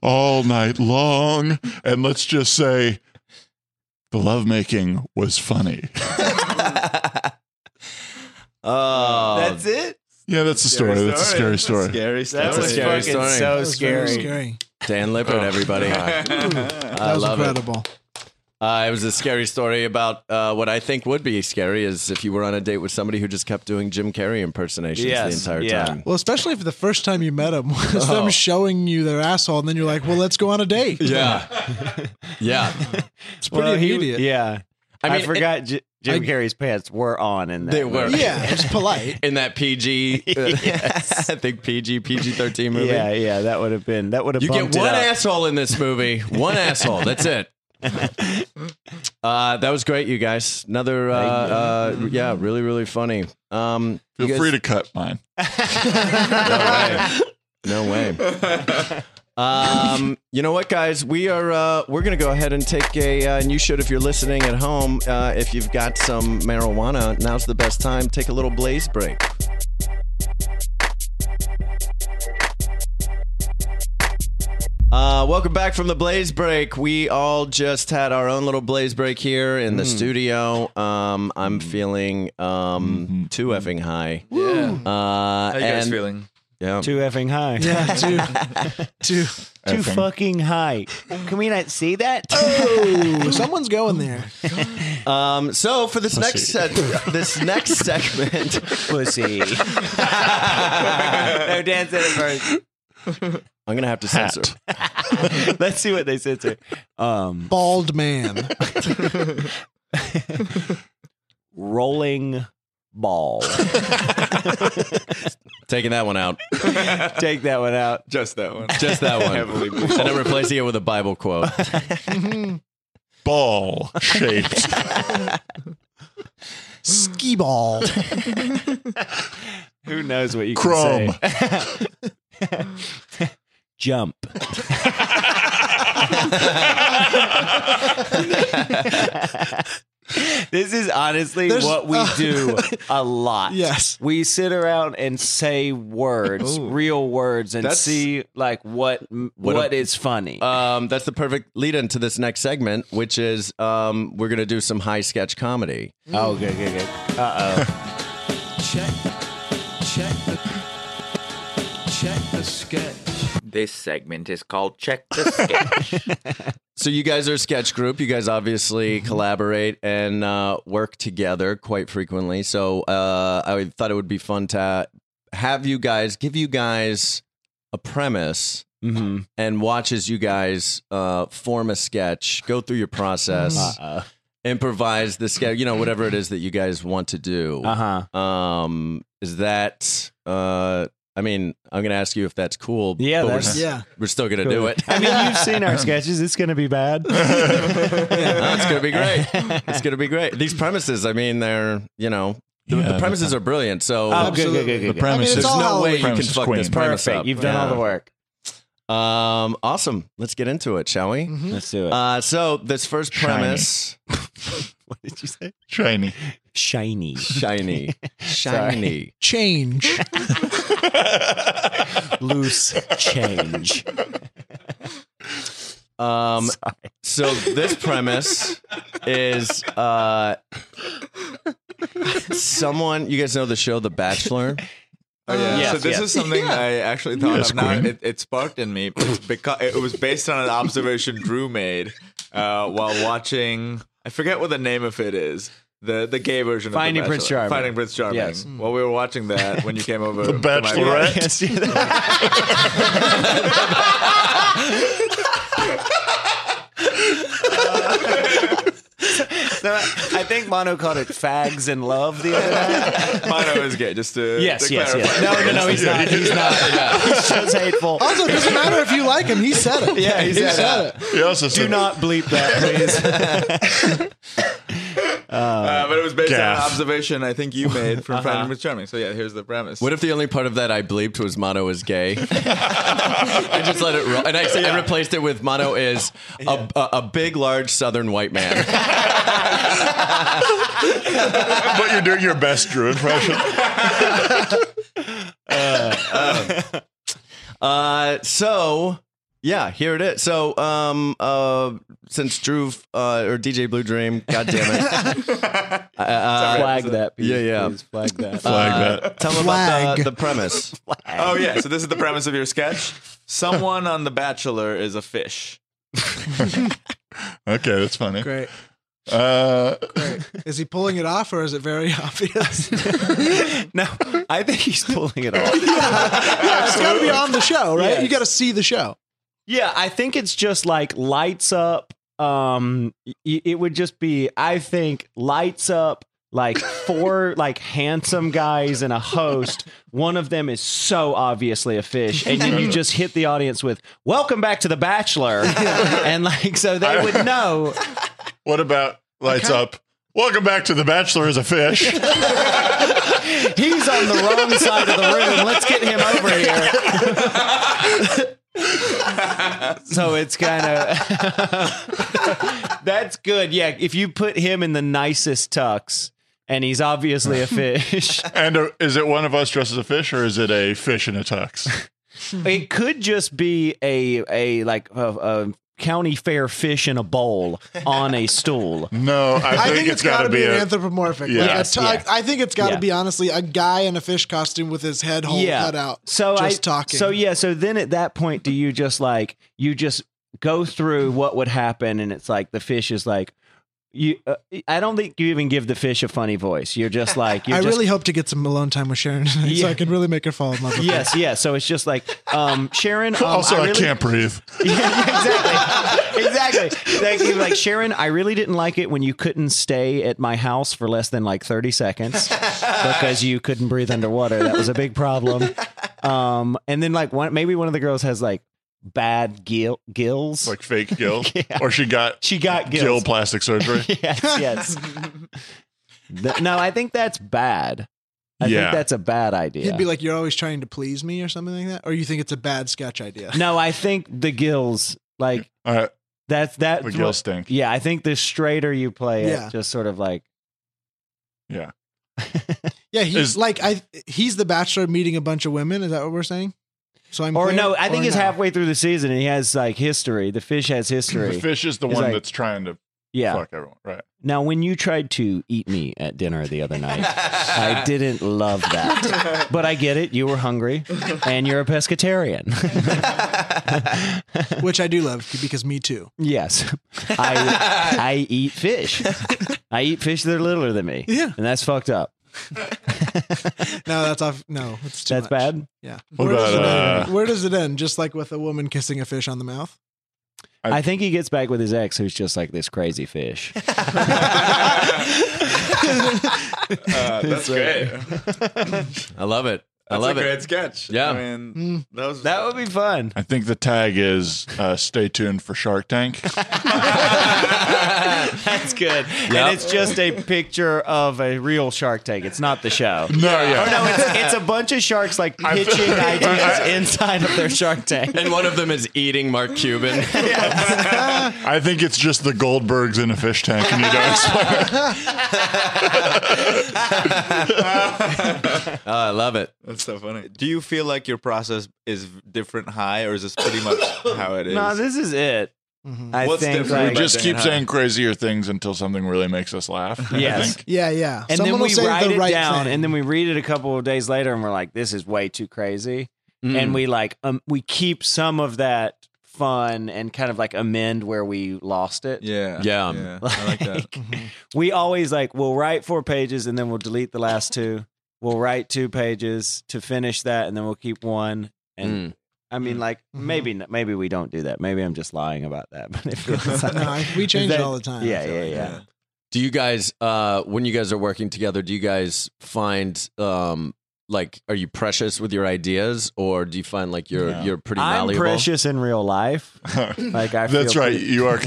Speaker 7: all night long, and let's just say the lovemaking was funny.
Speaker 2: oh,
Speaker 10: That's it.
Speaker 7: Yeah, that's the story. That's a scary story.
Speaker 10: Scary stuff.
Speaker 2: That's a scary story.
Speaker 10: So
Speaker 4: That was
Speaker 10: scary.
Speaker 4: very scary.
Speaker 2: (laughs) Dan Lippert, (laughs) everybody.
Speaker 4: That
Speaker 2: I
Speaker 4: was
Speaker 2: love it.
Speaker 4: incredible.
Speaker 2: Uh, it was a scary story about uh, what I think would be scary is if you were on a date with somebody who just kept doing Jim Carrey impersonations
Speaker 6: Yes,
Speaker 2: the entire
Speaker 6: yeah.
Speaker 2: time.
Speaker 4: Well, especially if the first time you met them (laughs) was
Speaker 6: Oh.
Speaker 4: them showing you their asshole, and then you're like, "Well, let's go on a date."
Speaker 2: Yeah. (laughs) yeah.
Speaker 4: It's pretty
Speaker 6: Well, he-
Speaker 4: immediate.
Speaker 6: yeah. I,
Speaker 2: I mean,
Speaker 6: forgot J- Jim
Speaker 4: I-
Speaker 6: Carrey's pants were on in that.
Speaker 2: They were.
Speaker 4: (laughs)
Speaker 6: movie.
Speaker 4: yeah, it's polite.
Speaker 2: In that (laughs) PG, uh,
Speaker 6: Yes.
Speaker 2: I think PG, PG 13 (laughs) movie.
Speaker 6: Yeah, yeah, that would have been that would have.
Speaker 2: You get
Speaker 6: bumped
Speaker 2: one
Speaker 6: it up.
Speaker 2: asshole in this movie. (laughs) One asshole. That's it. Uh, that was great, you guys. Another, uh, uh, yeah, really, really funny. Um,
Speaker 7: Feel
Speaker 2: you guys-
Speaker 7: free to cut mine.
Speaker 2: No way. (laughs) um, you know what, guys? We are uh, we're gonna go ahead and take a. Uh, and you should, if you're listening at home, uh, if you've got some marijuana, now's the best time. Take a little blaze break. Uh, welcome back from the blaze break. We all just had our own little blaze break here in the
Speaker 5: Hmm.
Speaker 2: studio. Um, I'm feeling um, too effing high.
Speaker 5: Mm-hmm. Yeah.
Speaker 2: Uh,
Speaker 5: How you guys
Speaker 2: and-
Speaker 5: feeling?
Speaker 2: Yeah.
Speaker 6: Too effing high.
Speaker 2: (laughs)
Speaker 4: Yeah, dude. dude.
Speaker 6: Too fucking high. Can we not see that?
Speaker 4: Oh, someone's going there.
Speaker 2: Um, so for this next set, this next segment, (laughs)
Speaker 6: (laughs) (laughs) Pussy. no, Dan said it first.
Speaker 2: I'm gonna have to censor.
Speaker 6: (laughs) Let's see what they censor. Um,
Speaker 4: Bald
Speaker 6: (laughs)
Speaker 4: man.
Speaker 6: rolling ball.
Speaker 2: Taking that one out,
Speaker 6: Take that one out.
Speaker 5: Just that one.
Speaker 2: just that
Speaker 5: Heavily
Speaker 2: one, and
Speaker 5: bald.
Speaker 2: then replacing it with a Bible quote.
Speaker 7: Ball shaped.
Speaker 4: Ski ball.
Speaker 6: Who knows what you
Speaker 7: Chrome.
Speaker 6: (laughs) can say? Jump. (laughs) this is honestly
Speaker 4: There's-
Speaker 6: what we do a lot.
Speaker 4: Yes.
Speaker 6: We sit around and say words, real words, and
Speaker 5: That's-
Speaker 6: see like what
Speaker 2: What
Speaker 6: what,
Speaker 2: a-
Speaker 6: what is funny.
Speaker 2: Um, that's the perfect lead into this next segment, which is um, we're gonna do some high sketch comedy.
Speaker 6: oh, good, good, good.
Speaker 8: This segment is called Check the Sketch.
Speaker 2: So you guys are a sketch group. You guys obviously
Speaker 6: Mm-hmm.
Speaker 2: collaborate and uh, work together quite frequently. So uh, I thought it would be fun to have you guys give you guys a premise
Speaker 6: Mm-hmm.
Speaker 2: and watch as you guys uh, form a sketch, go through your process,
Speaker 6: Uh
Speaker 2: improvise the sketch, you know, whatever it is that you guys want to do.
Speaker 6: huh.
Speaker 2: Um, is that? Uh, I mean, I'm going to ask you if that's cool.
Speaker 6: Yeah,
Speaker 2: but we're,
Speaker 6: that's-
Speaker 2: s-
Speaker 4: Yeah.
Speaker 2: we're still going to do it. (laughs)
Speaker 6: I mean, you've seen our sketches. It's gonna be bad.
Speaker 2: That's going to be great. It's going to be great. These premises, I mean, they're you know. The,
Speaker 7: Yeah,
Speaker 2: the premises are brilliant, so
Speaker 6: Oh, good, good, good,
Speaker 7: The
Speaker 6: good, good.
Speaker 7: premise
Speaker 4: it's
Speaker 7: is
Speaker 4: all
Speaker 2: there's no
Speaker 4: Halloween.
Speaker 2: way you can
Speaker 7: Premise is
Speaker 2: fuck
Speaker 7: queen.
Speaker 2: this premise
Speaker 6: Perfect.
Speaker 2: up.
Speaker 6: You've done all the work.
Speaker 7: Uh,
Speaker 2: the um, awesome. Let's get into it, shall we?
Speaker 6: Let's do it.
Speaker 2: Uh, so this first
Speaker 7: Mm-hmm. Shiny.
Speaker 2: premise,
Speaker 6: what did you say?
Speaker 7: shiny.
Speaker 6: (laughs) Shiny.
Speaker 7: (laughs)
Speaker 2: shiny, shiny.
Speaker 4: Change.
Speaker 6: Loose
Speaker 2: (laughs)
Speaker 6: change.
Speaker 2: Um, so this premise is
Speaker 7: (laughs)
Speaker 2: uh, someone. You guys know the show The Bachelor.
Speaker 5: Oh, yeah.
Speaker 6: Yes,
Speaker 5: so this
Speaker 6: yes.
Speaker 5: is something I actually thought
Speaker 7: Yes,
Speaker 5: of now.
Speaker 7: Queen.
Speaker 5: It, it sparked in me because it was based on an observation Drew made uh, while watching. I forget what the name of it is. The the gay version
Speaker 6: Finding
Speaker 5: of The
Speaker 6: Prince
Speaker 5: Bachelor.
Speaker 6: Charming.
Speaker 5: Finding Prince Charming. Mm.
Speaker 6: Yes.
Speaker 5: While we were watching that, when you came over,
Speaker 7: (laughs)
Speaker 5: to
Speaker 7: The
Speaker 5: my-
Speaker 7: Bachelorette.
Speaker 6: Yes, yeah. Bono called it fags in love the other night.
Speaker 5: Mono is gay. Just to
Speaker 6: yes,
Speaker 5: to
Speaker 6: yes, yes.
Speaker 5: clarify.
Speaker 6: No, no, no, he's not. He's
Speaker 2: (laughs)
Speaker 6: not. He's so hateful.
Speaker 4: Also, it doesn't matter if you like him. He said it.
Speaker 6: Yeah, he said
Speaker 4: said it.
Speaker 7: He also
Speaker 6: Do
Speaker 7: said,
Speaker 6: not bleep that, please.
Speaker 5: Uh, but it was based on
Speaker 7: Gaff.
Speaker 5: an observation I think you made
Speaker 6: Uh-huh.
Speaker 5: from Finding Prince Charming. So yeah, here's the premise.
Speaker 2: What if the only part of that I bleeped was mono is gay? (laughs) I just let it roll. And I, I replaced it with mono is a, a, a big, large southern white man.
Speaker 7: (laughs) but you're doing your best Drew impression.
Speaker 2: Uh, so, yeah, here it is. So, um, uh, since Drew uh, or DJ Blue Dream, God damn it. Uh,
Speaker 6: Flag that. Please,
Speaker 2: Yeah, yeah.
Speaker 6: Please flag (laughs) that.
Speaker 7: Flag that.
Speaker 2: Tell them about the,
Speaker 4: Flag.
Speaker 2: the premise.
Speaker 5: Oh yeah, so this is the premise of your sketch. Someone on The Bachelor is a fish.
Speaker 7: Okay, that's funny.
Speaker 4: Great.
Speaker 7: Uh,
Speaker 4: Is he pulling it off, or is it very (laughs)
Speaker 6: (laughs)
Speaker 4: obvious?
Speaker 6: No, I think he's pulling it off.
Speaker 4: yeah, it's got to be on the show, right?
Speaker 6: Yes.
Speaker 4: You got to see the show.
Speaker 6: Yeah, I think it's just like lights up. Um, y- it would just be, I think, lights up like four like handsome guys and a host. One of them is so obviously a fish, and then you just hit the audience with "Welcome back to the Bachelor," and like so they would know.
Speaker 7: what about lights up? Welcome back to The Bachelor as a Fish.
Speaker 6: He's on the wrong side of the room. Let's get him over here. so it's kind of (laughs) that's good. Yeah, if you put him in the nicest tux, and he's obviously a fish,
Speaker 7: and uh, is it one of us dressed as a fish or is it a fish in a tux?
Speaker 6: it could just be a a like a. a County fair fish in a bowl on a stool.
Speaker 7: No, I think,
Speaker 4: I think
Speaker 7: it's got to
Speaker 4: to
Speaker 7: be,
Speaker 4: an
Speaker 7: a.
Speaker 4: anthropomorphic.
Speaker 7: Yeah.
Speaker 4: Like a
Speaker 6: Yes,
Speaker 4: tu-
Speaker 6: yeah.
Speaker 4: I think it's got to
Speaker 6: Yeah.
Speaker 4: be honestly a guy in a fish costume with his head hole cut out.
Speaker 6: So
Speaker 4: just
Speaker 6: I,
Speaker 4: talking.
Speaker 6: So yeah. So then at that point, do you just like you just go through what would happen, and it's like the fish is like you. Uh, I don't think you even give the fish a funny voice. You're just like you're
Speaker 4: (laughs) I
Speaker 6: just,
Speaker 4: really hope to get some alone time with Sharon tonight
Speaker 6: Yeah.
Speaker 4: so I can really make her fall in love with
Speaker 6: (laughs) Yes, yeah. So it's just like um, Sharon.
Speaker 4: (laughs) Oh,
Speaker 6: Um,
Speaker 7: also, I,
Speaker 6: really,
Speaker 7: can't breathe.
Speaker 6: (laughs) Yeah, exactly. Exactly. Like, you're like Sharon, I really didn't like it when you couldn't stay at my house for less than like 30 seconds because you couldn't breathe underwater. That was a big problem. Um, and then like one, maybe one of the girls has like bad gill, gills.
Speaker 7: Like fake gill. Or she got
Speaker 6: she got
Speaker 7: gill
Speaker 6: gills.
Speaker 7: plastic surgery.
Speaker 6: (laughs) yes, yes. Th- no, I think that's bad. I
Speaker 7: Yeah.
Speaker 6: think that's a bad idea.
Speaker 4: you. He'd be like, "You're always trying to please me," or something like that. Or you think it's a bad sketch
Speaker 6: (laughs)
Speaker 4: idea?
Speaker 6: no, I think the gills, like
Speaker 7: All right,
Speaker 6: that's that.
Speaker 7: the gill stink.
Speaker 6: Yeah, I think the straighter you play
Speaker 4: Yeah.
Speaker 6: it, just sort of like
Speaker 7: Yeah.
Speaker 4: Yeah, he's
Speaker 7: Is-
Speaker 4: like, I he's the bachelor meeting a bunch of women. Is that what we're saying? So I'm
Speaker 6: or
Speaker 4: clear?
Speaker 6: no, I think
Speaker 4: Or
Speaker 6: he's
Speaker 4: no?
Speaker 6: halfway through the season and he has like history. The fish has
Speaker 7: The
Speaker 6: history.
Speaker 7: fish is the
Speaker 6: He's
Speaker 7: one
Speaker 6: like-
Speaker 7: that's trying to
Speaker 6: yeah.
Speaker 7: fuck everyone. Right.
Speaker 6: Now, when you tried to eat me at dinner the other (laughs) night, I didn't love that. But I get it. You were hungry and you're a pescatarian.
Speaker 4: (laughs)
Speaker 6: (laughs)
Speaker 4: which I do love because me too.
Speaker 6: yes. I I eat fish. I eat fish that are littler than me.
Speaker 4: Yeah.
Speaker 6: And that's fucked up.
Speaker 4: No, that's off. No, it's too
Speaker 6: that's
Speaker 4: much.
Speaker 6: bad.
Speaker 4: Yeah.
Speaker 7: What
Speaker 4: Where does
Speaker 7: about,
Speaker 4: it end?
Speaker 7: uh,
Speaker 4: Where does it end? Just like with a woman kissing a fish on the mouth.
Speaker 6: I think he gets back with his ex who's just like this crazy fish.
Speaker 5: Uh, that's great.
Speaker 2: uh, (laughs) I love it. I
Speaker 5: That's
Speaker 2: love
Speaker 5: a
Speaker 2: it.
Speaker 5: great sketch.
Speaker 2: Yeah.
Speaker 5: I mean,
Speaker 6: Hmm.
Speaker 5: that was
Speaker 6: That would be fun.
Speaker 7: I think the tag is uh, stay tuned for Shark
Speaker 6: (laughs)
Speaker 7: Tank.
Speaker 6: That's good. And it's just a picture of a real Shark Tank. It's not the show.
Speaker 7: No, yeah.
Speaker 6: No, it's, it's a bunch of sharks
Speaker 7: (laughs)
Speaker 6: like pitching ideas inside of their Shark Tank.
Speaker 2: And one of them is eating Mark Cuban.
Speaker 7: I think it's just the Goldbergs in a fish tank, and you don't
Speaker 6: (laughs)
Speaker 7: explain.
Speaker 2: (laughs) Oh, I love it.
Speaker 5: That's so funny. Do you feel like your process is different high, or is this pretty much how it is?
Speaker 6: No, this is it. I
Speaker 5: What's
Speaker 6: think
Speaker 5: different
Speaker 6: like,
Speaker 5: about-
Speaker 7: Just keep saying crazier things until something really makes us laugh. I
Speaker 6: Yes.
Speaker 7: (laughs) think.
Speaker 4: Yeah, yeah.
Speaker 6: and
Speaker 4: Someone
Speaker 6: then
Speaker 4: will
Speaker 6: we
Speaker 4: say
Speaker 6: write
Speaker 4: the
Speaker 6: it
Speaker 4: right
Speaker 6: down,
Speaker 4: thing.
Speaker 6: and then we read it a couple of days later, and we're like, "This is way too crazy."
Speaker 7: Mm.
Speaker 2: Mm.
Speaker 6: And we like um, we keep some of that fun and kind of like amend where we lost it.
Speaker 5: Yeah.
Speaker 2: Yeah.
Speaker 6: Um,
Speaker 5: I like
Speaker 7: (laughs)
Speaker 5: that.
Speaker 6: we always like we'll write four pages and then we'll delete the last two. We'll write two pages to finish that, and then we'll keep one. And I
Speaker 4: Mm.
Speaker 6: mean, like
Speaker 4: Mm-hmm.
Speaker 6: maybe n- maybe we don't do that. (laughs) Maybe I'm just lying about that. But it feels
Speaker 4: (laughs)
Speaker 6: like (laughs)
Speaker 4: no, I- we change
Speaker 6: that-
Speaker 4: it all the time.
Speaker 6: Yeah,
Speaker 4: I feel
Speaker 6: yeah,
Speaker 4: like.
Speaker 6: yeah.
Speaker 2: Do you guys, uh, when you guys are working together, do you guys find um, like, are you precious with your ideas, or do you find like you're
Speaker 7: No.
Speaker 2: you're pretty
Speaker 6: I'm
Speaker 2: malleable?
Speaker 6: precious in real life. Like (laughs) I.
Speaker 7: That's
Speaker 6: feel
Speaker 7: right. You are.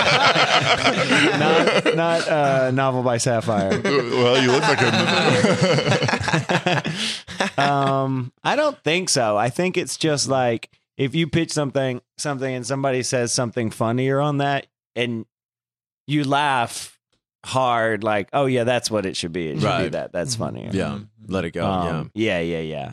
Speaker 6: pretty-
Speaker 7: Uh,
Speaker 6: (laughs) not not uh, novel by Sapphire.
Speaker 7: well, you look like
Speaker 6: (laughs)
Speaker 7: a. (laughs)
Speaker 6: um, I don't think so. I think it's just like if you pitch something, something, and somebody says something funnier on that, and you laugh hard, like, "Oh yeah, that's what it should be. It should be
Speaker 2: Right.
Speaker 6: that. That's
Speaker 4: Mm-hmm.
Speaker 6: funnier."
Speaker 2: Yeah,
Speaker 5: Mm-hmm.
Speaker 2: let it go. yeah,
Speaker 6: Um, yeah, yeah, yeah.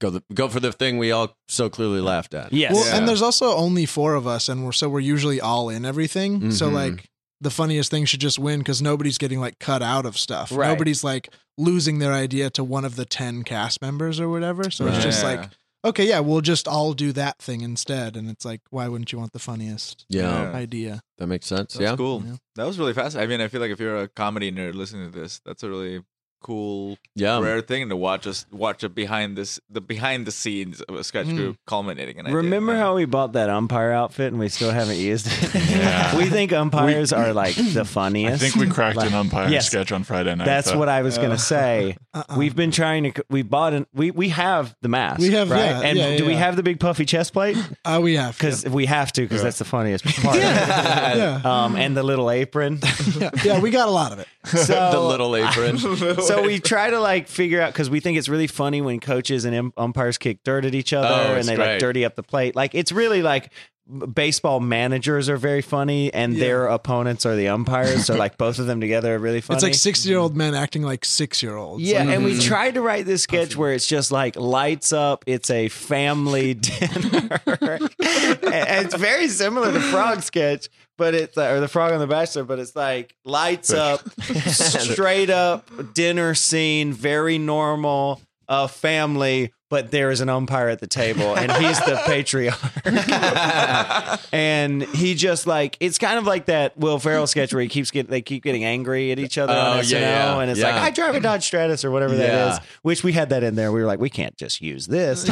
Speaker 2: go the, go for the thing we all so clearly laughed at.
Speaker 6: Yes.
Speaker 4: Well,
Speaker 5: Yeah.
Speaker 4: and there's also only four of us, and we're so we're usually all in everything. So
Speaker 2: Mhm.
Speaker 4: like the funniest thing should just win because nobody's getting like cut out of stuff.
Speaker 6: Right.
Speaker 4: Nobody's like losing their idea to one of the ten cast members or whatever. So it's
Speaker 7: Right.
Speaker 4: just
Speaker 5: Yeah.
Speaker 4: like, okay, yeah, we'll just all do that thing instead. And it's like, why wouldn't you want the funniest
Speaker 2: Yeah,
Speaker 5: Yeah.
Speaker 4: idea?
Speaker 2: that makes sense.
Speaker 5: That's
Speaker 2: yeah,
Speaker 5: cool.
Speaker 4: Yeah.
Speaker 5: That was really fast. I mean, I feel like if you're a comedy nerd listening to this, that's a really cool,
Speaker 2: yeah.
Speaker 5: rare thing to watch us watch a behind this the behind the scenes of a sketch
Speaker 4: Mm.
Speaker 5: group culminating in.
Speaker 6: Hmm. Remember how we bought that umpire outfit and we still haven't used it? We think umpires are like the
Speaker 7: I
Speaker 6: funniest.
Speaker 7: think we cracked
Speaker 6: Like,
Speaker 7: an umpire
Speaker 6: Yes.
Speaker 7: sketch on Friday night.
Speaker 6: That's
Speaker 7: though.
Speaker 6: what I was gonna say.
Speaker 4: Uh-uh.
Speaker 6: We've been trying to. c- We bought an. We we have the mask.
Speaker 4: We have-
Speaker 6: right.
Speaker 4: yeah,
Speaker 6: and
Speaker 4: yeah,
Speaker 6: do we
Speaker 4: yeah.
Speaker 6: have the big puffy
Speaker 4: (laughs)
Speaker 6: chest plate?
Speaker 4: Uh, we have
Speaker 6: Because we have to. Because that's
Speaker 4: (laughs)
Speaker 6: the funniest part.
Speaker 4: yeah. yeah.
Speaker 6: (laughs) Um, and the little apron.
Speaker 4: (laughs) yeah, yeah, we got a lot of it.
Speaker 6: (laughs) So,
Speaker 2: the little apron.
Speaker 5: (laughs)
Speaker 6: So we try to like figure out because we think it's really funny when coaches and im- umpires kick dirt at each other
Speaker 2: Oh,
Speaker 6: and
Speaker 2: it's
Speaker 6: they like
Speaker 2: great.
Speaker 6: dirty up the plate. Like it's really like b- baseball managers are very funny and
Speaker 4: Yeah.
Speaker 6: their opponents are the umpires. So like both of them together are really funny.
Speaker 4: It's like sixty year old men acting like six year olds.
Speaker 6: Yeah,
Speaker 4: Like,
Speaker 6: and we tried to write this sketch where it's just like lights up. It's a family (laughs) dinner. and and it's very similar to Frog sketch, but it's uh, or the Frog on the Bachelor, but it's like lights up,
Speaker 2: (laughs)
Speaker 6: straight up dinner scene, very normal, uh, family. But there is an umpire at the table, and he's the patriarch. (laughs) and he just like it's kind of like that Will Ferrell sketch where he keeps getting they keep getting angry at each other
Speaker 2: Oh,
Speaker 6: on
Speaker 2: yeah,
Speaker 6: SNL,
Speaker 2: yeah,
Speaker 6: and it's
Speaker 2: yeah.
Speaker 6: like I drive a Dodge Stratus or whatever
Speaker 2: Yeah.
Speaker 6: that is, which we had that in there. We were like, we can't just use
Speaker 7: (laughs)
Speaker 6: this.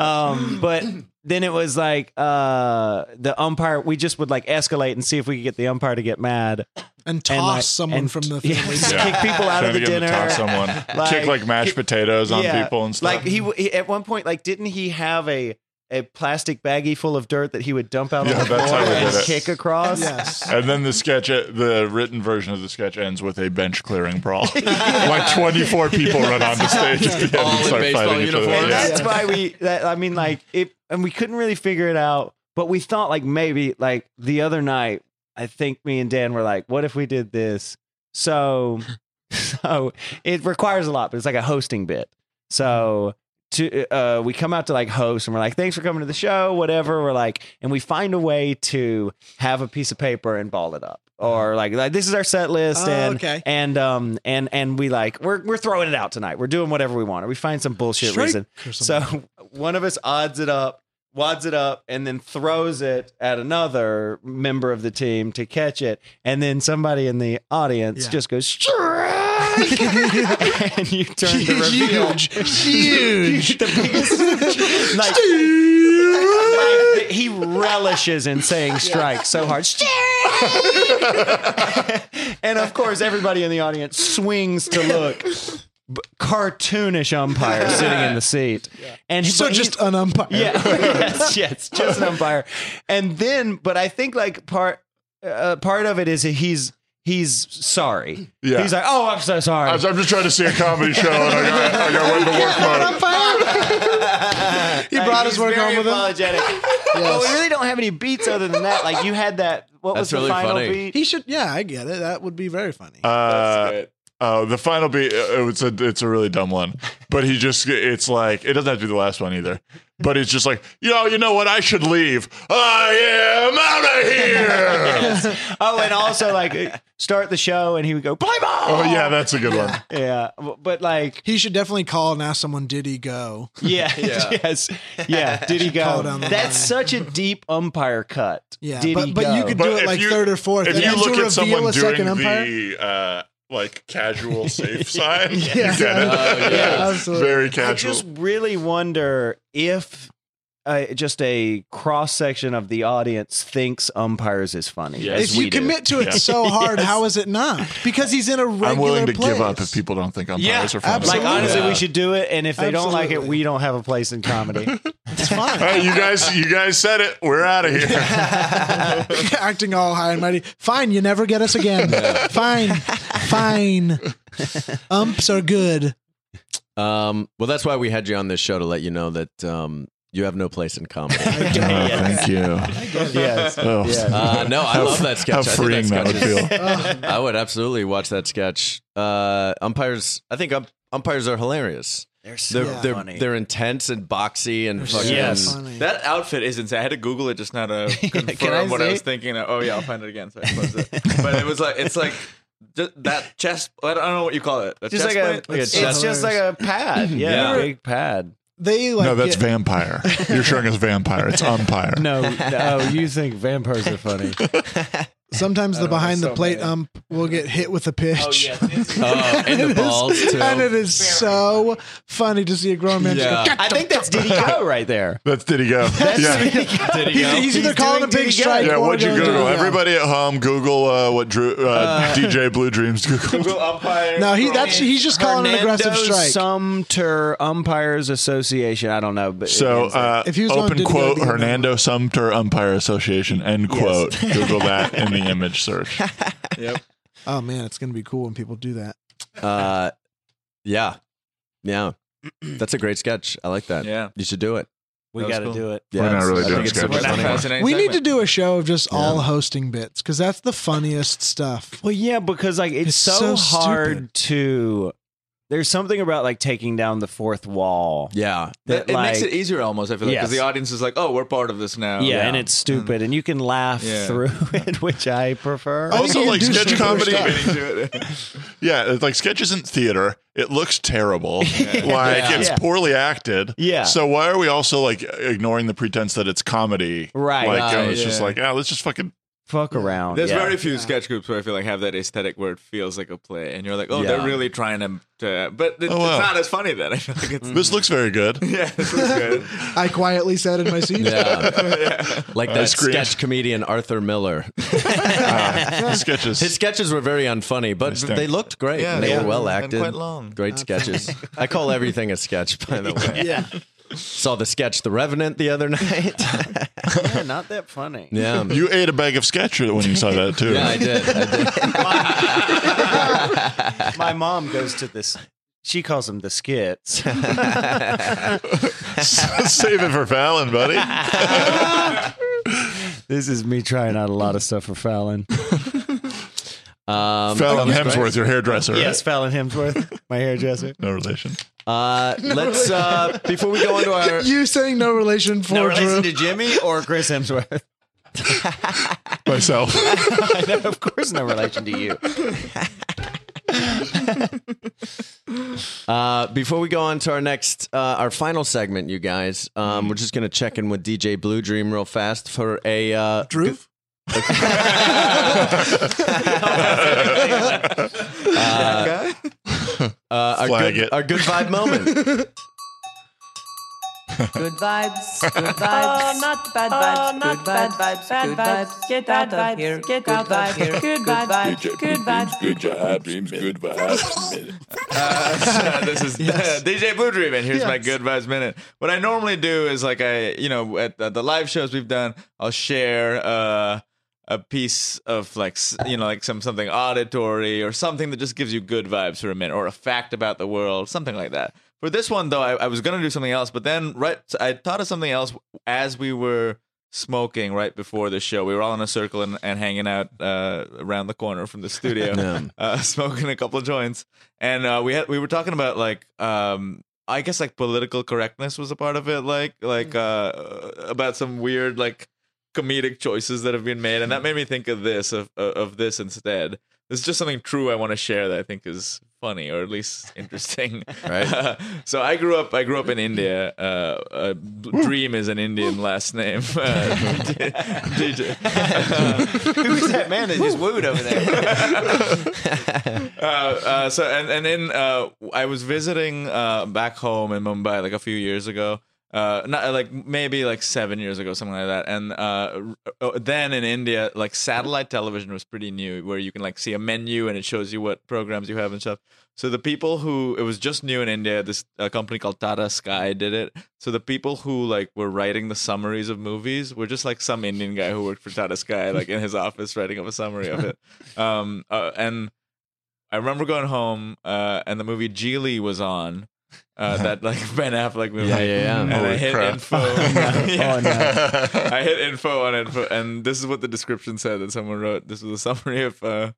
Speaker 6: um, but then it was like uh, the umpire. We just would like escalate and see if we could get the umpire to get mad
Speaker 4: and toss
Speaker 6: and like,
Speaker 4: someone
Speaker 6: and-
Speaker 4: from the
Speaker 6: (laughs) yeah,
Speaker 4: family.
Speaker 6: just
Speaker 7: Yeah.
Speaker 6: kick people out of
Speaker 7: Trying
Speaker 6: the
Speaker 7: to get him
Speaker 6: dinner.
Speaker 7: To talk someone.
Speaker 6: (laughs) Like-
Speaker 7: Kick like mashed potatoes on people and stuff.
Speaker 6: Like he, w- he at one point, like didn't he have a a plastic baggie full of dirt that he would dump out
Speaker 7: Yeah,
Speaker 6: on the
Speaker 7: that's
Speaker 6: floor
Speaker 7: how we did
Speaker 6: and
Speaker 7: it.
Speaker 6: kick across?
Speaker 4: Yes.
Speaker 7: and then the sketch, the written version of the sketch ends with a bench
Speaker 6: (laughs)
Speaker 7: clearing brawl. like 24 people run onto stage at the
Speaker 2: All
Speaker 7: end and
Speaker 2: in
Speaker 7: start
Speaker 2: baseball
Speaker 7: fighting each other.
Speaker 2: uniforms.
Speaker 6: And
Speaker 7: Yeah.
Speaker 6: that's why we that I mean like it and we couldn't really figure it out, but we thought like maybe like the other night, I think me and Dan were like, what if we did this? So (laughs) so it requires a lot, but it's like a hosting bit. So to uh we come out to like host and we're like, thanks for coming to the show, whatever. We're like, and we find a way to have a piece of paper and ball it up. Or like, like this is our set list,
Speaker 4: Uh-huh. Oh,
Speaker 6: and
Speaker 4: okay.
Speaker 6: and um and and we like we're we're throwing it out tonight. We're doing whatever we want, or we find some bullshit
Speaker 4: Strike
Speaker 6: reason.
Speaker 4: or
Speaker 6: So one of us odds it up, wads it up, and then throws it at another member of the team to catch it, and then somebody in the audience
Speaker 4: Yeah.
Speaker 6: just goes strike, (laughs) and you turn to reveal
Speaker 4: huge.
Speaker 6: (laughs) the biggest (laughs) like. like, he relishes in saying strike so hard. Strike! and of course, everybody in the audience swings to look. B- Cartoonish umpire sitting in the seat, and
Speaker 4: so
Speaker 6: (laughs) but he-
Speaker 4: just an umpire.
Speaker 6: yeah, (laughs) yes, yes, just an umpire. And then, but I think like part uh, part of it is he's he's sorry.
Speaker 7: Yeah.
Speaker 6: he's like, oh, I'm so sorry.
Speaker 7: I was- I'm just trying to see a comedy show and I got, I got went to work mode. (laughs)
Speaker 4: He brought his work home with him. (laughs)
Speaker 6: apologetic. But we really don't have any beats other than that. Like you had that. What
Speaker 2: That's
Speaker 6: was the
Speaker 2: really
Speaker 6: final
Speaker 2: funny.
Speaker 6: beat?
Speaker 4: He should. Yeah, I get it. That would be very funny.
Speaker 7: Uh,
Speaker 5: great.
Speaker 7: Oh, the final beat. uh, It's a it's a really dumb one, but he just it's like it doesn't have to be the last one either. But it's just like yo, you know what? I should leave. I am out of
Speaker 6: (laughs)
Speaker 7: here.
Speaker 6: Oh, and also like start the show, and he would go play ball.
Speaker 7: oh yeah, that's a good one.
Speaker 6: yeah. But like,
Speaker 4: he should definitely call and ask someone, "Did he go?"
Speaker 6: yeah, (laughs) yes, (laughs) yeah. Did he
Speaker 4: Call
Speaker 6: go?
Speaker 4: down the
Speaker 6: That's
Speaker 4: line.
Speaker 6: such a deep umpire cut.
Speaker 4: Yeah,
Speaker 6: Did
Speaker 4: but
Speaker 6: he
Speaker 4: but you
Speaker 6: go?
Speaker 4: could
Speaker 7: But
Speaker 4: do it
Speaker 7: if
Speaker 4: like
Speaker 7: you-
Speaker 4: third (laughs) or fourth.
Speaker 7: If
Speaker 4: and
Speaker 7: you
Speaker 4: then
Speaker 7: look
Speaker 4: to
Speaker 7: at someone
Speaker 4: reveal a
Speaker 7: doing
Speaker 4: second umpire.
Speaker 7: the uh,
Speaker 4: (laughs)
Speaker 7: like casual safe sign,
Speaker 4: Yeah. (laughs)
Speaker 7: you did it.
Speaker 4: Oh, yeah. Absolutely.
Speaker 7: very
Speaker 6: I
Speaker 7: casual.
Speaker 6: just really wonder if uh, just a cross section of the audience thinks umpires is funny.
Speaker 7: Yes.
Speaker 6: as
Speaker 4: If you
Speaker 6: we do.
Speaker 4: commit to it
Speaker 7: Yeah.
Speaker 4: so
Speaker 7: (laughs)
Speaker 4: hard, how is it not? Because he's in a regular
Speaker 7: I'm willing to give
Speaker 4: place.
Speaker 7: up if people don't think umpires
Speaker 2: Yeah,
Speaker 7: are funny.
Speaker 6: Like
Speaker 4: Absolutely.
Speaker 2: (laughs)
Speaker 6: honestly,
Speaker 2: Yeah.
Speaker 6: we should do it, and if they don't like it,
Speaker 4: Absolutely.
Speaker 6: we don't have a place in comedy. (laughs)
Speaker 4: It's fine.
Speaker 7: All right, you guys, you guys said it. We're out of here.
Speaker 4: (laughs)
Speaker 7: (laughs)
Speaker 4: Acting all high and mighty. Fine, you never get us again. Fine,
Speaker 7: (laughs)
Speaker 4: fine. Umps are good.
Speaker 2: Um, well, that's why we had you on this show to let you know that um, you have no place in comedy.
Speaker 7: (laughs) Oh, thank you.
Speaker 6: yes.
Speaker 7: Oh.
Speaker 2: Uh, no, I love that sketch.
Speaker 7: How
Speaker 2: I think
Speaker 7: freeing that would
Speaker 2: sketch is-
Speaker 7: feel.
Speaker 4: (laughs)
Speaker 2: I would absolutely watch that sketch. Uh, umpires, I think ump- umpires are hilarious.
Speaker 10: They're
Speaker 2: They're they're,
Speaker 10: funny.
Speaker 2: they're intense and boxy and fucking.
Speaker 6: Yes.
Speaker 4: Funny.
Speaker 5: That outfit is insane. I had to Google it just now
Speaker 6: (laughs)
Speaker 5: to
Speaker 6: I
Speaker 5: confirm what I
Speaker 6: see?
Speaker 5: was thinking. Oh yeah, I'll find it again. So I closed it. But it was like it's like just that chest. I don't know what you call it. A
Speaker 6: Just
Speaker 5: chest
Speaker 6: like a,
Speaker 5: plate?
Speaker 6: it's,
Speaker 4: chest-
Speaker 6: just like a (laughs) pad. Yeah,
Speaker 5: Yeah.
Speaker 6: a
Speaker 4: (laughs)
Speaker 6: big pad.
Speaker 4: they like
Speaker 7: No, that's
Speaker 4: get-
Speaker 7: vampire. You're showing us vampire. It's umpire.
Speaker 6: No,
Speaker 4: (laughs)
Speaker 6: no, you think vampires are funny?
Speaker 4: sometimes the behind the
Speaker 5: so
Speaker 4: plate
Speaker 5: many.
Speaker 4: ump will get hit with a pitch.
Speaker 2: Oh, and the balls too.
Speaker 4: (laughs) And it is so funny to see a grown man. just go, "God
Speaker 5: Yeah.
Speaker 6: I think that's Diddy Go right there.
Speaker 7: That's
Speaker 2: (laughs)
Speaker 7: Diddy Go. yeah.
Speaker 4: He's, he's either
Speaker 6: He's
Speaker 4: calling a
Speaker 6: doing
Speaker 4: big
Speaker 6: DDG.
Speaker 4: strike.
Speaker 7: Yeah,
Speaker 4: or
Speaker 7: what'd you
Speaker 4: going to-
Speaker 7: Google?
Speaker 4: yeah.
Speaker 7: Everybody at home, Google uh, what Drew, uh, DJ Blue
Speaker 2: (laughs)
Speaker 7: Dreams Google.
Speaker 5: Google umpire.
Speaker 4: No, he that's he's just calling an aggressive
Speaker 6: Hernando
Speaker 4: strike.
Speaker 6: Sumter Umpires Association. I don't know, but
Speaker 7: So, uh,
Speaker 4: If he was on E,
Speaker 7: open
Speaker 4: Diddy Go,
Speaker 7: quote,
Speaker 4: it'd be
Speaker 7: Hernando Sumter Umpire Association,
Speaker 2: (laughs)
Speaker 7: end quote. Google that in the image search.
Speaker 4: oh man, it's gonna be cool when people do that.
Speaker 2: Uh, yeah,
Speaker 4: (clears throat)
Speaker 2: yeah. That's a great sketch. I like that.
Speaker 5: Yeah.
Speaker 2: You should do it.
Speaker 6: we
Speaker 5: that was
Speaker 6: got to
Speaker 5: cool.
Speaker 6: do it.
Speaker 2: Yeah,
Speaker 7: We're not
Speaker 2: it's-
Speaker 7: really
Speaker 2: I
Speaker 7: doing
Speaker 2: think it's super
Speaker 7: sketches
Speaker 2: funny.
Speaker 7: anymore.
Speaker 4: We need to do a show of just all hosting bits because that's the funniest stuff.
Speaker 6: Well, yeah, because like it's,
Speaker 4: It's
Speaker 6: so,
Speaker 4: so
Speaker 6: hard to. There's something about like taking down the fourth wall.
Speaker 2: Yeah,
Speaker 5: It,
Speaker 6: that,
Speaker 5: it makes
Speaker 6: like-
Speaker 5: it easier almost. I feel like because
Speaker 6: Yes.
Speaker 5: the audience is like, oh, we're part of this now.
Speaker 6: yeah, and it's stupid, and you can laugh
Speaker 5: Yeah.
Speaker 6: through (laughs) it, which I prefer.
Speaker 4: I think
Speaker 7: Also,
Speaker 4: you can
Speaker 7: like
Speaker 4: do
Speaker 7: sketch
Speaker 4: some
Speaker 7: comedy.
Speaker 4: cool stuff.
Speaker 6: (laughs)
Speaker 7: yeah, it's like sketch isn't theater. It looks terrible.
Speaker 2: (laughs)
Speaker 7: Like
Speaker 2: Yeah.
Speaker 7: it's
Speaker 6: Yeah.
Speaker 7: poorly acted.
Speaker 6: Yeah.
Speaker 7: So why are we also like ignoring the pretense that it's comedy?
Speaker 6: Right.
Speaker 7: Like
Speaker 2: Right, Mm-hmm.
Speaker 7: uh, it's just
Speaker 5: yeah.
Speaker 7: like, ah, let's just fucking.
Speaker 6: Fuck around.
Speaker 5: There's
Speaker 6: yeah.
Speaker 5: very few sketch groups where I feel like have that aesthetic where it feels like a play, and you're like, oh,
Speaker 2: Yeah.
Speaker 5: they're really trying to. to but it,
Speaker 7: Oh, wow.
Speaker 5: it's not as funny then. (laughs) I feel like it's.
Speaker 7: This looks very
Speaker 2: (laughs)
Speaker 7: good.
Speaker 5: yeah, this is good.
Speaker 4: I quietly sat in my seat.
Speaker 2: yeah. (laughs) Like
Speaker 5: Uh,
Speaker 2: that
Speaker 7: screamed.
Speaker 2: sketch comedian Arthur Miller.
Speaker 7: The sketches.
Speaker 2: His sketches were very unfunny, but
Speaker 7: Understand.
Speaker 2: they looked great.
Speaker 5: Yeah,
Speaker 2: they
Speaker 5: yeah.
Speaker 2: were well
Speaker 5: And
Speaker 2: acted.
Speaker 5: quite long.
Speaker 2: Great
Speaker 5: (laughs)
Speaker 2: sketches. I call everything a sketch, by the way.
Speaker 4: Yeah.
Speaker 2: Saw the sketch The Revenant the other
Speaker 5: (laughs)
Speaker 2: night.
Speaker 6: Yeah, not that funny.
Speaker 2: yeah.
Speaker 7: (laughs) you ate a bag of sketch when you saw that too.
Speaker 2: Yeah, I did. I did.
Speaker 6: My mom goes to this. She calls them the skits.
Speaker 7: (laughs) Save it for Fallon, buddy.
Speaker 6: this is me trying out a lot of stuff for Fallon.
Speaker 2: (laughs) Um,
Speaker 7: Fallon Hemsworth, your hairdresser.
Speaker 6: Yes,
Speaker 7: Right?
Speaker 6: Fallon Hemsworth, my hairdresser.
Speaker 7: No relation.
Speaker 6: (laughs)
Speaker 2: uh, let's uh, before we go into our
Speaker 4: You saying no relation for
Speaker 10: No relation
Speaker 4: Drew?
Speaker 10: to Jimmy or
Speaker 6: Chris Hemsworth.
Speaker 2: (laughs)
Speaker 7: Myself.
Speaker 6: No, of course, no relation to you.
Speaker 2: Uh, before we go on to our next, uh, our final segment, you guys,
Speaker 5: Mm.
Speaker 2: um, we're just gonna check in with DJ Blue Dream real fast for a uh,
Speaker 4: Drew?
Speaker 2: uh, our,
Speaker 7: Flag
Speaker 2: good,
Speaker 7: it.
Speaker 2: our good vibe moment.
Speaker 7: (laughs)
Speaker 1: Good vibes, good vibes. Uh, not bad vibes, good bad vibes, bad vibs. Get out of here, get out of here. Good vibes, good vibes.
Speaker 5: Uh, (laughs) this is (laughs) uh, DJ Blue Dream, and here's my good vibes minute. What I normally do is like I, you know, at the, the live shows we've done, I'll share uh, a piece of like, s- you know, like some something auditory or something that just gives you good vibes for a minute, or a fact about the world, something like that. For this one though, I, I was gonna do something else, but then right, I thought of something else as we were smoking right before the show. We were all in a circle and, and hanging out uh, around the corner from the studio, uh, (laughs) smoking a couple of joints, and uh, we had we were talking about like um, I guess like political correctness was a part of it, like like uh,
Speaker 10: Mm-hmm.
Speaker 5: about some weird like comedic choices that have been made,
Speaker 10: Mm-hmm.
Speaker 5: and that made me think of this of uh, of this instead. This is just something true I want to share that I think is funny or at least interesting.
Speaker 2: Right.
Speaker 5: (laughs) so I grew up. I grew up in India. Uh, uh, B- Dream is an Indian last name.
Speaker 10: (laughs)
Speaker 5: (laughs) Uh,
Speaker 10: who's that man that just wooed over there?
Speaker 5: uh, uh, so and and then uh, I was visiting uh, back home in Mumbai like a few years ago, uh, not like maybe like seven years ago, something like that. And uh, r- uh, then in India, like satellite television was pretty new, where you can like see a menu and it shows you what programs you have and stuff. So the people who it was just new in India, this a company called Tata Sky did it. So the people who like were writing the summaries of movies were just like some Indian guy who worked for Tata Sky, like in his office writing up a summary of
Speaker 2: (laughs)
Speaker 5: it. Um, uh, and I remember going home, uh, and the movie Geely was on. Uh, that like Ben Affleck movie.
Speaker 2: Yeah, yeah,
Speaker 5: And
Speaker 2: yeah.
Speaker 5: I
Speaker 7: Holy
Speaker 5: hit
Speaker 7: crap. (laughs) Oh,
Speaker 5: info. Yeah. I hit info on info, and this is what the description said that someone wrote. This was a (laughs) summary of uh,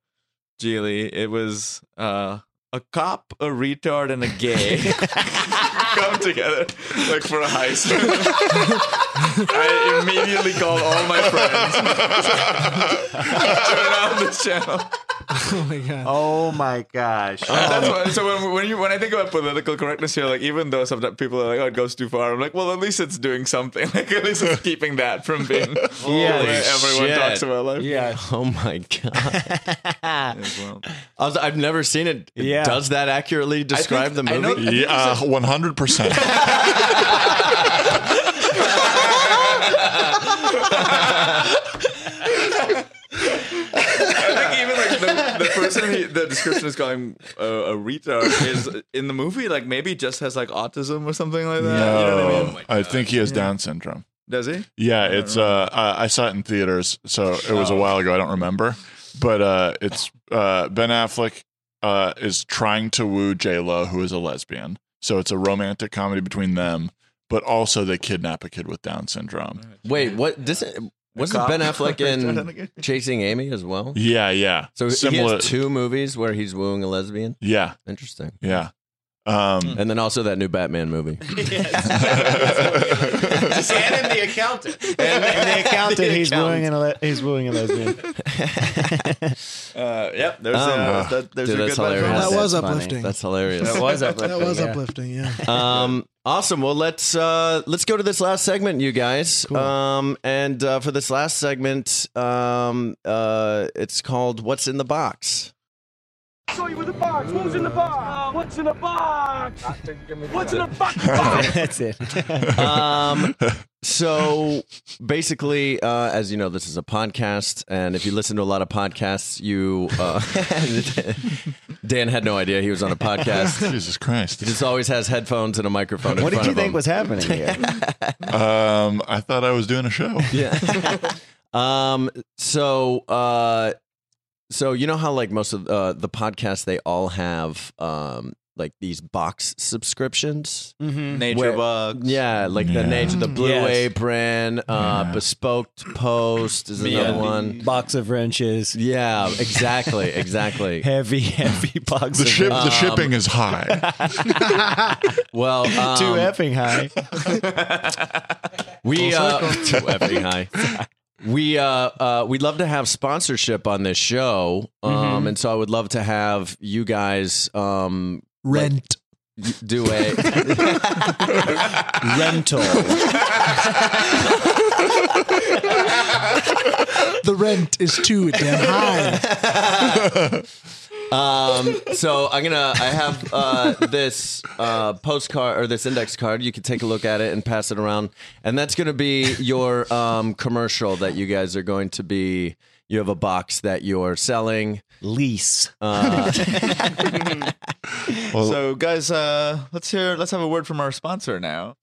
Speaker 5: Geely. It was uh, a cop, a retard, and a
Speaker 7: (laughs)
Speaker 5: gay (laughs) come together like for a heist. (laughs) I immediately called all my
Speaker 2: (laughs)
Speaker 5: friends. Turn on this channel.
Speaker 4: Oh my god.
Speaker 6: Oh my gosh. Um,
Speaker 5: That's why, so when when you when I think about political correctness here, like even though sometimes people are like, "Oh, it goes too far," I'm like, "Well, at least it's doing something. (laughs) Like at least it's keeping that from
Speaker 6: (laughs)
Speaker 5: being
Speaker 6: Yeah.
Speaker 5: where everyone
Speaker 2: shit.
Speaker 5: talks about life."
Speaker 6: (laughs) Yeah.
Speaker 2: Oh my god!
Speaker 5: As well.
Speaker 2: I was, I've never seen
Speaker 5: (laughs)
Speaker 2: it.
Speaker 6: Yeah.
Speaker 2: Does that accurately describe
Speaker 5: think- I
Speaker 2: the
Speaker 5: know-
Speaker 2: movie?
Speaker 7: Yeah, uh, one hundred percent.
Speaker 5: (laughs) I think even like the, the person he, the description is calling uh, a retard is in the movie like maybe just has like autism or something like that. You know what I mean?
Speaker 7: No, I think he has Down syndrome.
Speaker 5: Does he?
Speaker 7: Yeah, it's uh, I I saw it in theaters, so it was
Speaker 5: Oh.
Speaker 7: a while ago. I don't remember, but uh, it's uh, Ben Affleck uh is trying to woo J Lo, who is a lesbian. So it's a romantic comedy between them, but also they kidnap a kid with Down syndrome.
Speaker 2: Wait, what? This wasn't
Speaker 5: cop.
Speaker 2: Ben
Speaker 5: (laughs)
Speaker 2: Affleck
Speaker 5: Turn on
Speaker 2: in
Speaker 5: again.
Speaker 2: Chasing Amy as well?
Speaker 7: Yeah, yeah.
Speaker 2: So he has two movies where he's wooing a lesbian.
Speaker 7: yeah,
Speaker 2: Interesting.
Speaker 7: yeah.
Speaker 2: (laughs)
Speaker 7: Um,
Speaker 2: And then also that new Batman
Speaker 5: (laughs)
Speaker 2: movie.
Speaker 10: and in the accountant.
Speaker 6: and the accountant, he's wooing and a le- he's wooing a lesbian.
Speaker 2: (laughs)
Speaker 5: Uh, yep. There's
Speaker 2: Um,
Speaker 5: a, that, there's
Speaker 2: dude,
Speaker 5: a
Speaker 2: that's
Speaker 5: good one.
Speaker 2: hilarious.
Speaker 4: that was
Speaker 6: That's funny.
Speaker 4: uplifting.
Speaker 2: That's hilarious.
Speaker 6: That was uplifting.
Speaker 4: that was
Speaker 6: yeah.
Speaker 4: uplifting. Yeah.
Speaker 6: (laughs)
Speaker 2: um awesome well let's uh let's go to this last segment you guys um and uh for this last segment um uh it's called what's in the box
Speaker 6: That's it. (laughs)
Speaker 2: um so basically uh as you know this is a podcast and if you listen to a lot of podcasts you uh (laughs) dan had no idea he was on a podcast
Speaker 6: (laughs)
Speaker 7: Jesus Christ!
Speaker 2: he just always has headphones and a microphone in
Speaker 6: What did
Speaker 2: front
Speaker 6: you
Speaker 2: of him.
Speaker 6: think was happening here?
Speaker 2: (laughs)
Speaker 7: Um, I thought I was doing a show.
Speaker 2: Yeah. (laughs) um. So. Uh. So you know how like most of uh, the podcasts they all have um like these box subscriptions.
Speaker 5: (laughs)
Speaker 6: mm-hmm.
Speaker 5: Nature
Speaker 2: Where-
Speaker 5: bugs.
Speaker 2: Yeah, like the
Speaker 7: Yeah.
Speaker 2: nature, the Blue
Speaker 6: Yes.
Speaker 2: Apron, uh,
Speaker 7: Yeah.
Speaker 2: Bespoke Post is another
Speaker 5: Yeah.
Speaker 2: one.
Speaker 6: Box of wrenches.
Speaker 2: Yeah, exactly,
Speaker 7: (laughs)
Speaker 2: exactly.
Speaker 6: Heavy, (laughs) heavy box
Speaker 7: The
Speaker 6: of
Speaker 7: ship,
Speaker 6: wrenches.
Speaker 7: the shipping
Speaker 5: Um,
Speaker 7: is high. (laughs)
Speaker 2: Well,
Speaker 6: Too
Speaker 2: um,
Speaker 6: effing high.
Speaker 2: (laughs) We uh, (laughs) too effing high. We uh, uh, we'd love to have sponsorship on this show, um, and so I would love to have you guys um,
Speaker 4: Rent.
Speaker 2: y- do (laughs) a
Speaker 6: Rental.
Speaker 4: The rent is too damn high.
Speaker 2: um, so I'm gonna I have uh, this uh, postcard or this index card. You can take a look at it and pass it around, and that's gonna be your um, commercial that you guys are going to be. You have a box that you're selling.
Speaker 6: Lease.
Speaker 7: Well,
Speaker 5: So guys, (laughs) uh, let's hear. Let's have a word from our sponsor now.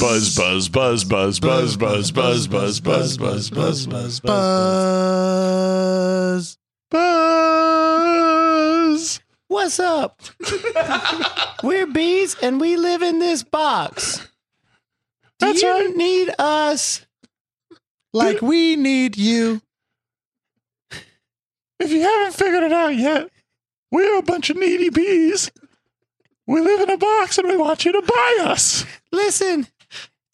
Speaker 7: Buzz, buzz, buzz, buzz, buzz, buzz, buzz, buzz, buzz, buzz, buzz, buzz, buzz, buzz.
Speaker 6: What's
Speaker 4: (laughs)
Speaker 6: up? We're bees and we live in this box. Do you need us?
Speaker 4: Like we need you.
Speaker 7: If you haven't figured it out yet, we're a bunch of needy bees. We live in a box and we want you to buy us.
Speaker 6: Listen,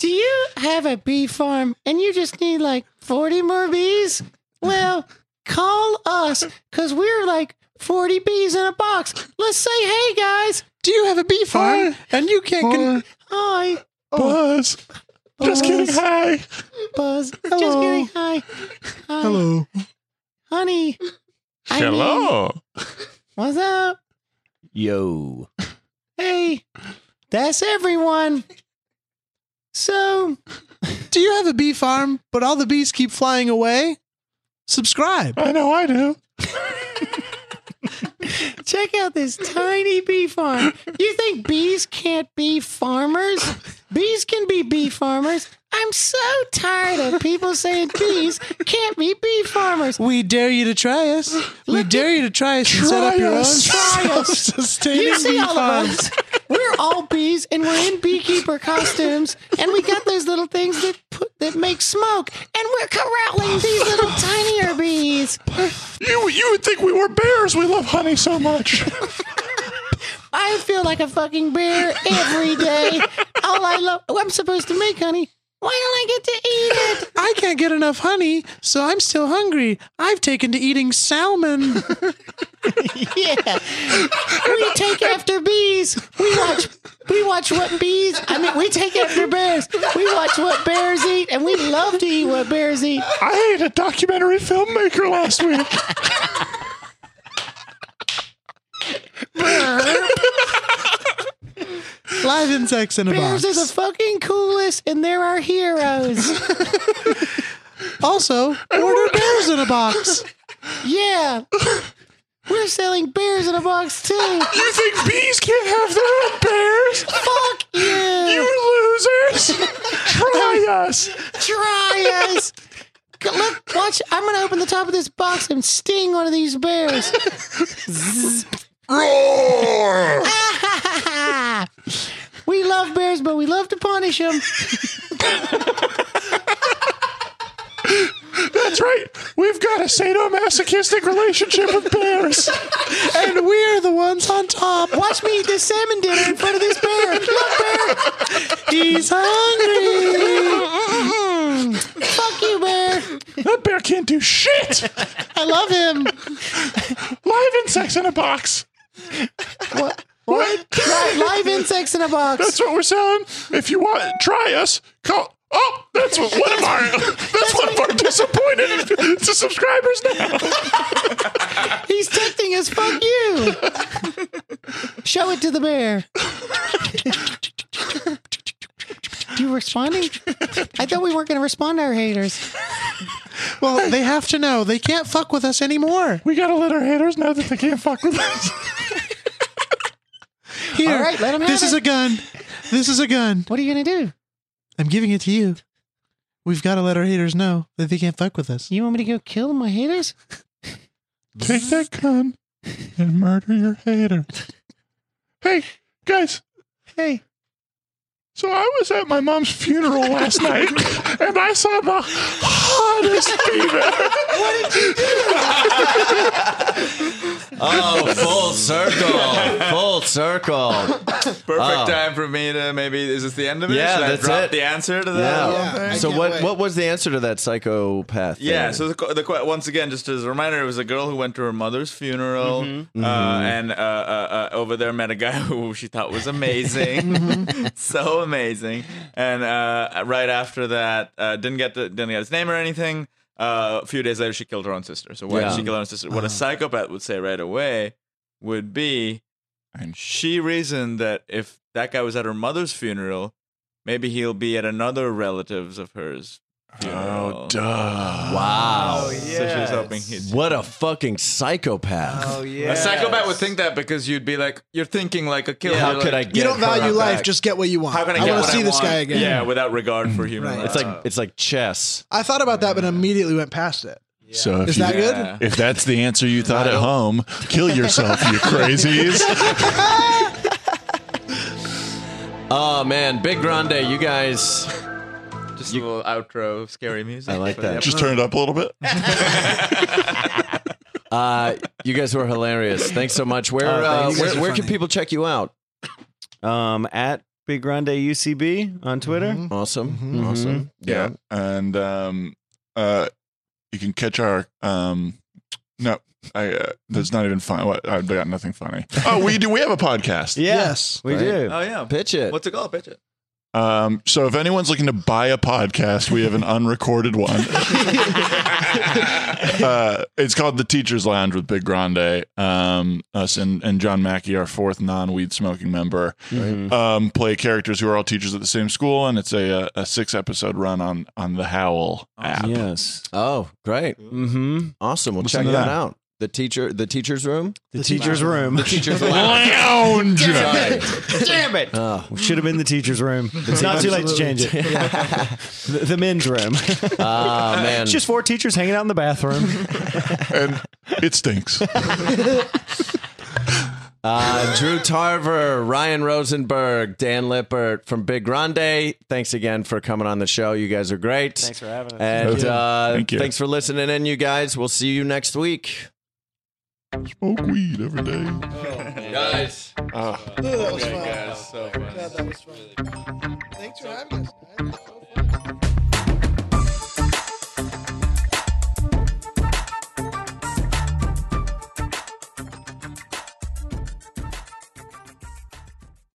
Speaker 6: do you have a bee farm and you just need like 40 more bees? Well, call us because we're like 40 bees in a box. Let's say, hey guys,
Speaker 4: Do you have a bee farm? And you can't. Con-
Speaker 6: hi.
Speaker 7: Oh. Buzz. Just kidding. Hi.
Speaker 6: Buzz. Hello. Just kidding. Hi. Hi.
Speaker 4: Hello.
Speaker 6: Honey. I mean,
Speaker 7: Hello.
Speaker 6: what's up?
Speaker 2: Yo.
Speaker 6: Hey. That's everyone. So,
Speaker 4: Do you have a bee farm, but all the bees keep flying away? Subscribe.
Speaker 7: I know I do.
Speaker 6: check out this tiny bee farm. You think bees can't be farmers? Bees can be bee farmers. I'm so tired of people saying bees can't be bee farmers.
Speaker 4: We dare you to try us. we dare you to try us and set up your own
Speaker 7: us.
Speaker 6: Try us.
Speaker 4: self-sustaining
Speaker 6: You see
Speaker 4: bee
Speaker 6: all
Speaker 4: farm.
Speaker 6: of us. We're all bees, and we're in beekeeper costumes, and we got those little things that put, that make smoke, and we're corralling these little tinier bees.
Speaker 7: You you would think we were bears. We love honey
Speaker 6: (laughs)
Speaker 7: so much.
Speaker 6: I feel like a fucking bear every day. All I love, oh, I'm supposed to make honey. Why don't I get to eat it?
Speaker 4: (laughs) I can't get enough honey, so I'm still hungry. I've taken to eating salmon.
Speaker 6: Yeah, we take after bees. We watch, we watch what bees. I mean, we take after bears. We watch what bears eat, and we love to eat what bears eat.
Speaker 7: I ate a documentary filmmaker last
Speaker 6: (laughs)
Speaker 7: week.
Speaker 4: Live insects in a
Speaker 6: Bears are
Speaker 4: box.
Speaker 6: the fucking coolest, and they're our heroes.
Speaker 4: (laughs) also, order bears in a box.
Speaker 7: (laughs)
Speaker 6: Yeah, we're selling bears in a box too.
Speaker 7: You think bees can't have their own bears?
Speaker 6: Fuck you.
Speaker 7: You losers! Try us.
Speaker 6: try us. Go- Look, watch. I'm going to open the top of this box and sting one of these bears.
Speaker 7: (laughs) Roar!
Speaker 6: (laughs) we love bears, but we love to punish them.
Speaker 7: That's right. We've got a sadomasochistic relationship with bears.
Speaker 4: And we're the ones on top.
Speaker 6: Watch me eat this salmon dinner in front of this bear. Look, bear.
Speaker 4: He's
Speaker 7: (laughs)
Speaker 4: hungry.
Speaker 6: Mm-mm. Fuck you, bear.
Speaker 7: That bear can't do shit.
Speaker 6: I love him.
Speaker 7: Live insects in a box.
Speaker 6: What? What? Li- (laughs) Live insects in a box.
Speaker 7: That's what we're selling. If you want, try us. Call. Oh, that's what one of our. That's one of our
Speaker 6: (laughs)
Speaker 7: disappointed to subscribers now.
Speaker 6: He's texting us. Fuck you. Show it to the bear. You responding? I thought we weren't going to respond to our haters.
Speaker 4: Well, they have to know. They can't fuck with us anymore.
Speaker 7: We gotta let our haters know that they can't fuck with us.
Speaker 4: Here,
Speaker 6: All right, let 'em have
Speaker 4: this is
Speaker 6: it.
Speaker 4: a gun. This is a gun.
Speaker 6: What are you gonna do?
Speaker 4: I'm giving it to you. We've got to let our haters know that they can't fuck with us.
Speaker 6: You want me to go kill my haters?
Speaker 7: Take that gun and murder your hater. Hey, guys.
Speaker 6: Hey.
Speaker 7: So I was at my mom's funeral last night, and I saw the hottest
Speaker 4: (laughs)
Speaker 7: female.
Speaker 2: Oh, full circle. (laughs) Full circle.
Speaker 5: (laughs) Perfect
Speaker 2: Oh.
Speaker 5: time for me to maybe is this the end of it?
Speaker 2: Yeah,
Speaker 5: Should
Speaker 2: that's
Speaker 5: I drop
Speaker 2: it.
Speaker 5: the answer to that?
Speaker 2: Yeah.
Speaker 5: one thing?
Speaker 2: So what what was the answer to that psychopath?
Speaker 5: Yeah.
Speaker 2: thing?
Speaker 5: So the, qu- the qu- once again, just as a reminder, it was a girl who went to her mother's funeral,
Speaker 2: Mm-hmm.
Speaker 5: Uh, and uh, uh, uh, over there met a guy (laughs) who she thought was amazing,
Speaker 2: Mm-hmm.
Speaker 5: (laughs) so amazing. And uh, right after that, uh, didn't get to, didn't get his name or anything. Uh, a few days later, she killed her own sister. So
Speaker 2: Yeah.
Speaker 5: why
Speaker 2: Uh-huh.
Speaker 5: did she kill her own sister? What a psychopath would say right away would be,
Speaker 7: I'm-
Speaker 5: she reasoned that if that guy was at her mother's funeral, maybe he'll be at another relative's of hers. funeral.
Speaker 7: Oh,
Speaker 2: Oh,
Speaker 7: duh.
Speaker 2: wow.
Speaker 6: Oh,
Speaker 5: Oh, So she was hoping he'd.
Speaker 2: What a fucking psychopath.
Speaker 6: Oh,
Speaker 5: A psychopath would think that because you'd be like, you're thinking like a killer.
Speaker 2: How
Speaker 5: You're
Speaker 2: could
Speaker 5: like,
Speaker 2: I get
Speaker 4: You don't
Speaker 2: her
Speaker 4: value life.
Speaker 2: back?
Speaker 4: Just get what you want.
Speaker 5: How can I,
Speaker 4: I
Speaker 5: get
Speaker 4: want
Speaker 5: what
Speaker 4: to see
Speaker 5: I
Speaker 4: this
Speaker 5: want?
Speaker 4: guy again.
Speaker 5: Yeah, without regard (laughs) for human.
Speaker 4: Right.
Speaker 5: rights.
Speaker 2: It's like it's like chess.
Speaker 4: I thought about that, but immediately went past it.
Speaker 7: So if
Speaker 4: Is that
Speaker 7: you,
Speaker 4: good?
Speaker 5: Yeah.
Speaker 7: if that's the answer you thought at home, kill yourself,
Speaker 4: (laughs)
Speaker 7: you crazies.
Speaker 2: Oh man, Big Grande, you guys.
Speaker 5: just a little outro, of scary music.
Speaker 2: I like
Speaker 5: for
Speaker 2: that.
Speaker 5: the
Speaker 7: Just turn it up a little bit.
Speaker 2: Uh, you guys were hilarious. Thanks so much. Where
Speaker 6: Oh, thank
Speaker 2: uh,
Speaker 6: you. You guys
Speaker 2: where,
Speaker 4: are
Speaker 2: where can
Speaker 4: funny.
Speaker 2: people check you out?
Speaker 6: Um, at Big Grande UCB on Twitter.
Speaker 4: Mm-hmm.
Speaker 2: Awesome, awesome.
Speaker 7: Mm-hmm.
Speaker 2: Yeah.
Speaker 7: and um, uh, you can catch our um, no, I uh, that's not even funny. What I got nothing funny. Oh, we do. We have a podcast.
Speaker 4: Yes. Uh,
Speaker 6: we
Speaker 2: Right.
Speaker 6: do.
Speaker 5: episode. Oh yeah.
Speaker 2: pitch it.
Speaker 5: What's it called? Pitch it.
Speaker 7: Um, so if anyone's looking to buy a podcast, we have an unrecorded one. uh, it's called The Teacher's Lounge with Big Grande. Um, us and, and John Mackey, our fourth non-weed smoking member, um, play characters who are all teachers at the same school, and it's a, a, a six-episode run on on the Howl app.
Speaker 6: Yes.
Speaker 2: Oh, great.
Speaker 6: Mm-hmm.
Speaker 2: Awesome. We'll
Speaker 7: Listen
Speaker 2: check
Speaker 7: to
Speaker 2: that
Speaker 7: that.
Speaker 2: out. The teacher, the teacher's room.
Speaker 6: The, teacher's room.
Speaker 4: (laughs)
Speaker 2: Teacher's (laughs)
Speaker 7: Lounge.
Speaker 2: Sorry.
Speaker 6: Damn it.
Speaker 2: Oh.
Speaker 6: Should have been the
Speaker 2: (laughs)
Speaker 6: teacher's room. It's not too late to change it. the, the men's room.
Speaker 2: Ah, man.
Speaker 6: it's just four teachers hanging out in the bathroom.
Speaker 7: and it stinks.
Speaker 2: Uh, Drew Tarver, Ryan Rosenberg, Dan Lippert from Big Grande. Thanks again for coming on the show. You guys are great. Thanks for having us. And
Speaker 7: Thank you.
Speaker 2: Uh,
Speaker 7: Thank you.
Speaker 2: thanks for listening in, you guys. We'll see you next week.
Speaker 7: Smoke weed every day.
Speaker 4: That was fun. God, that was fun. Thanks for having us. guys.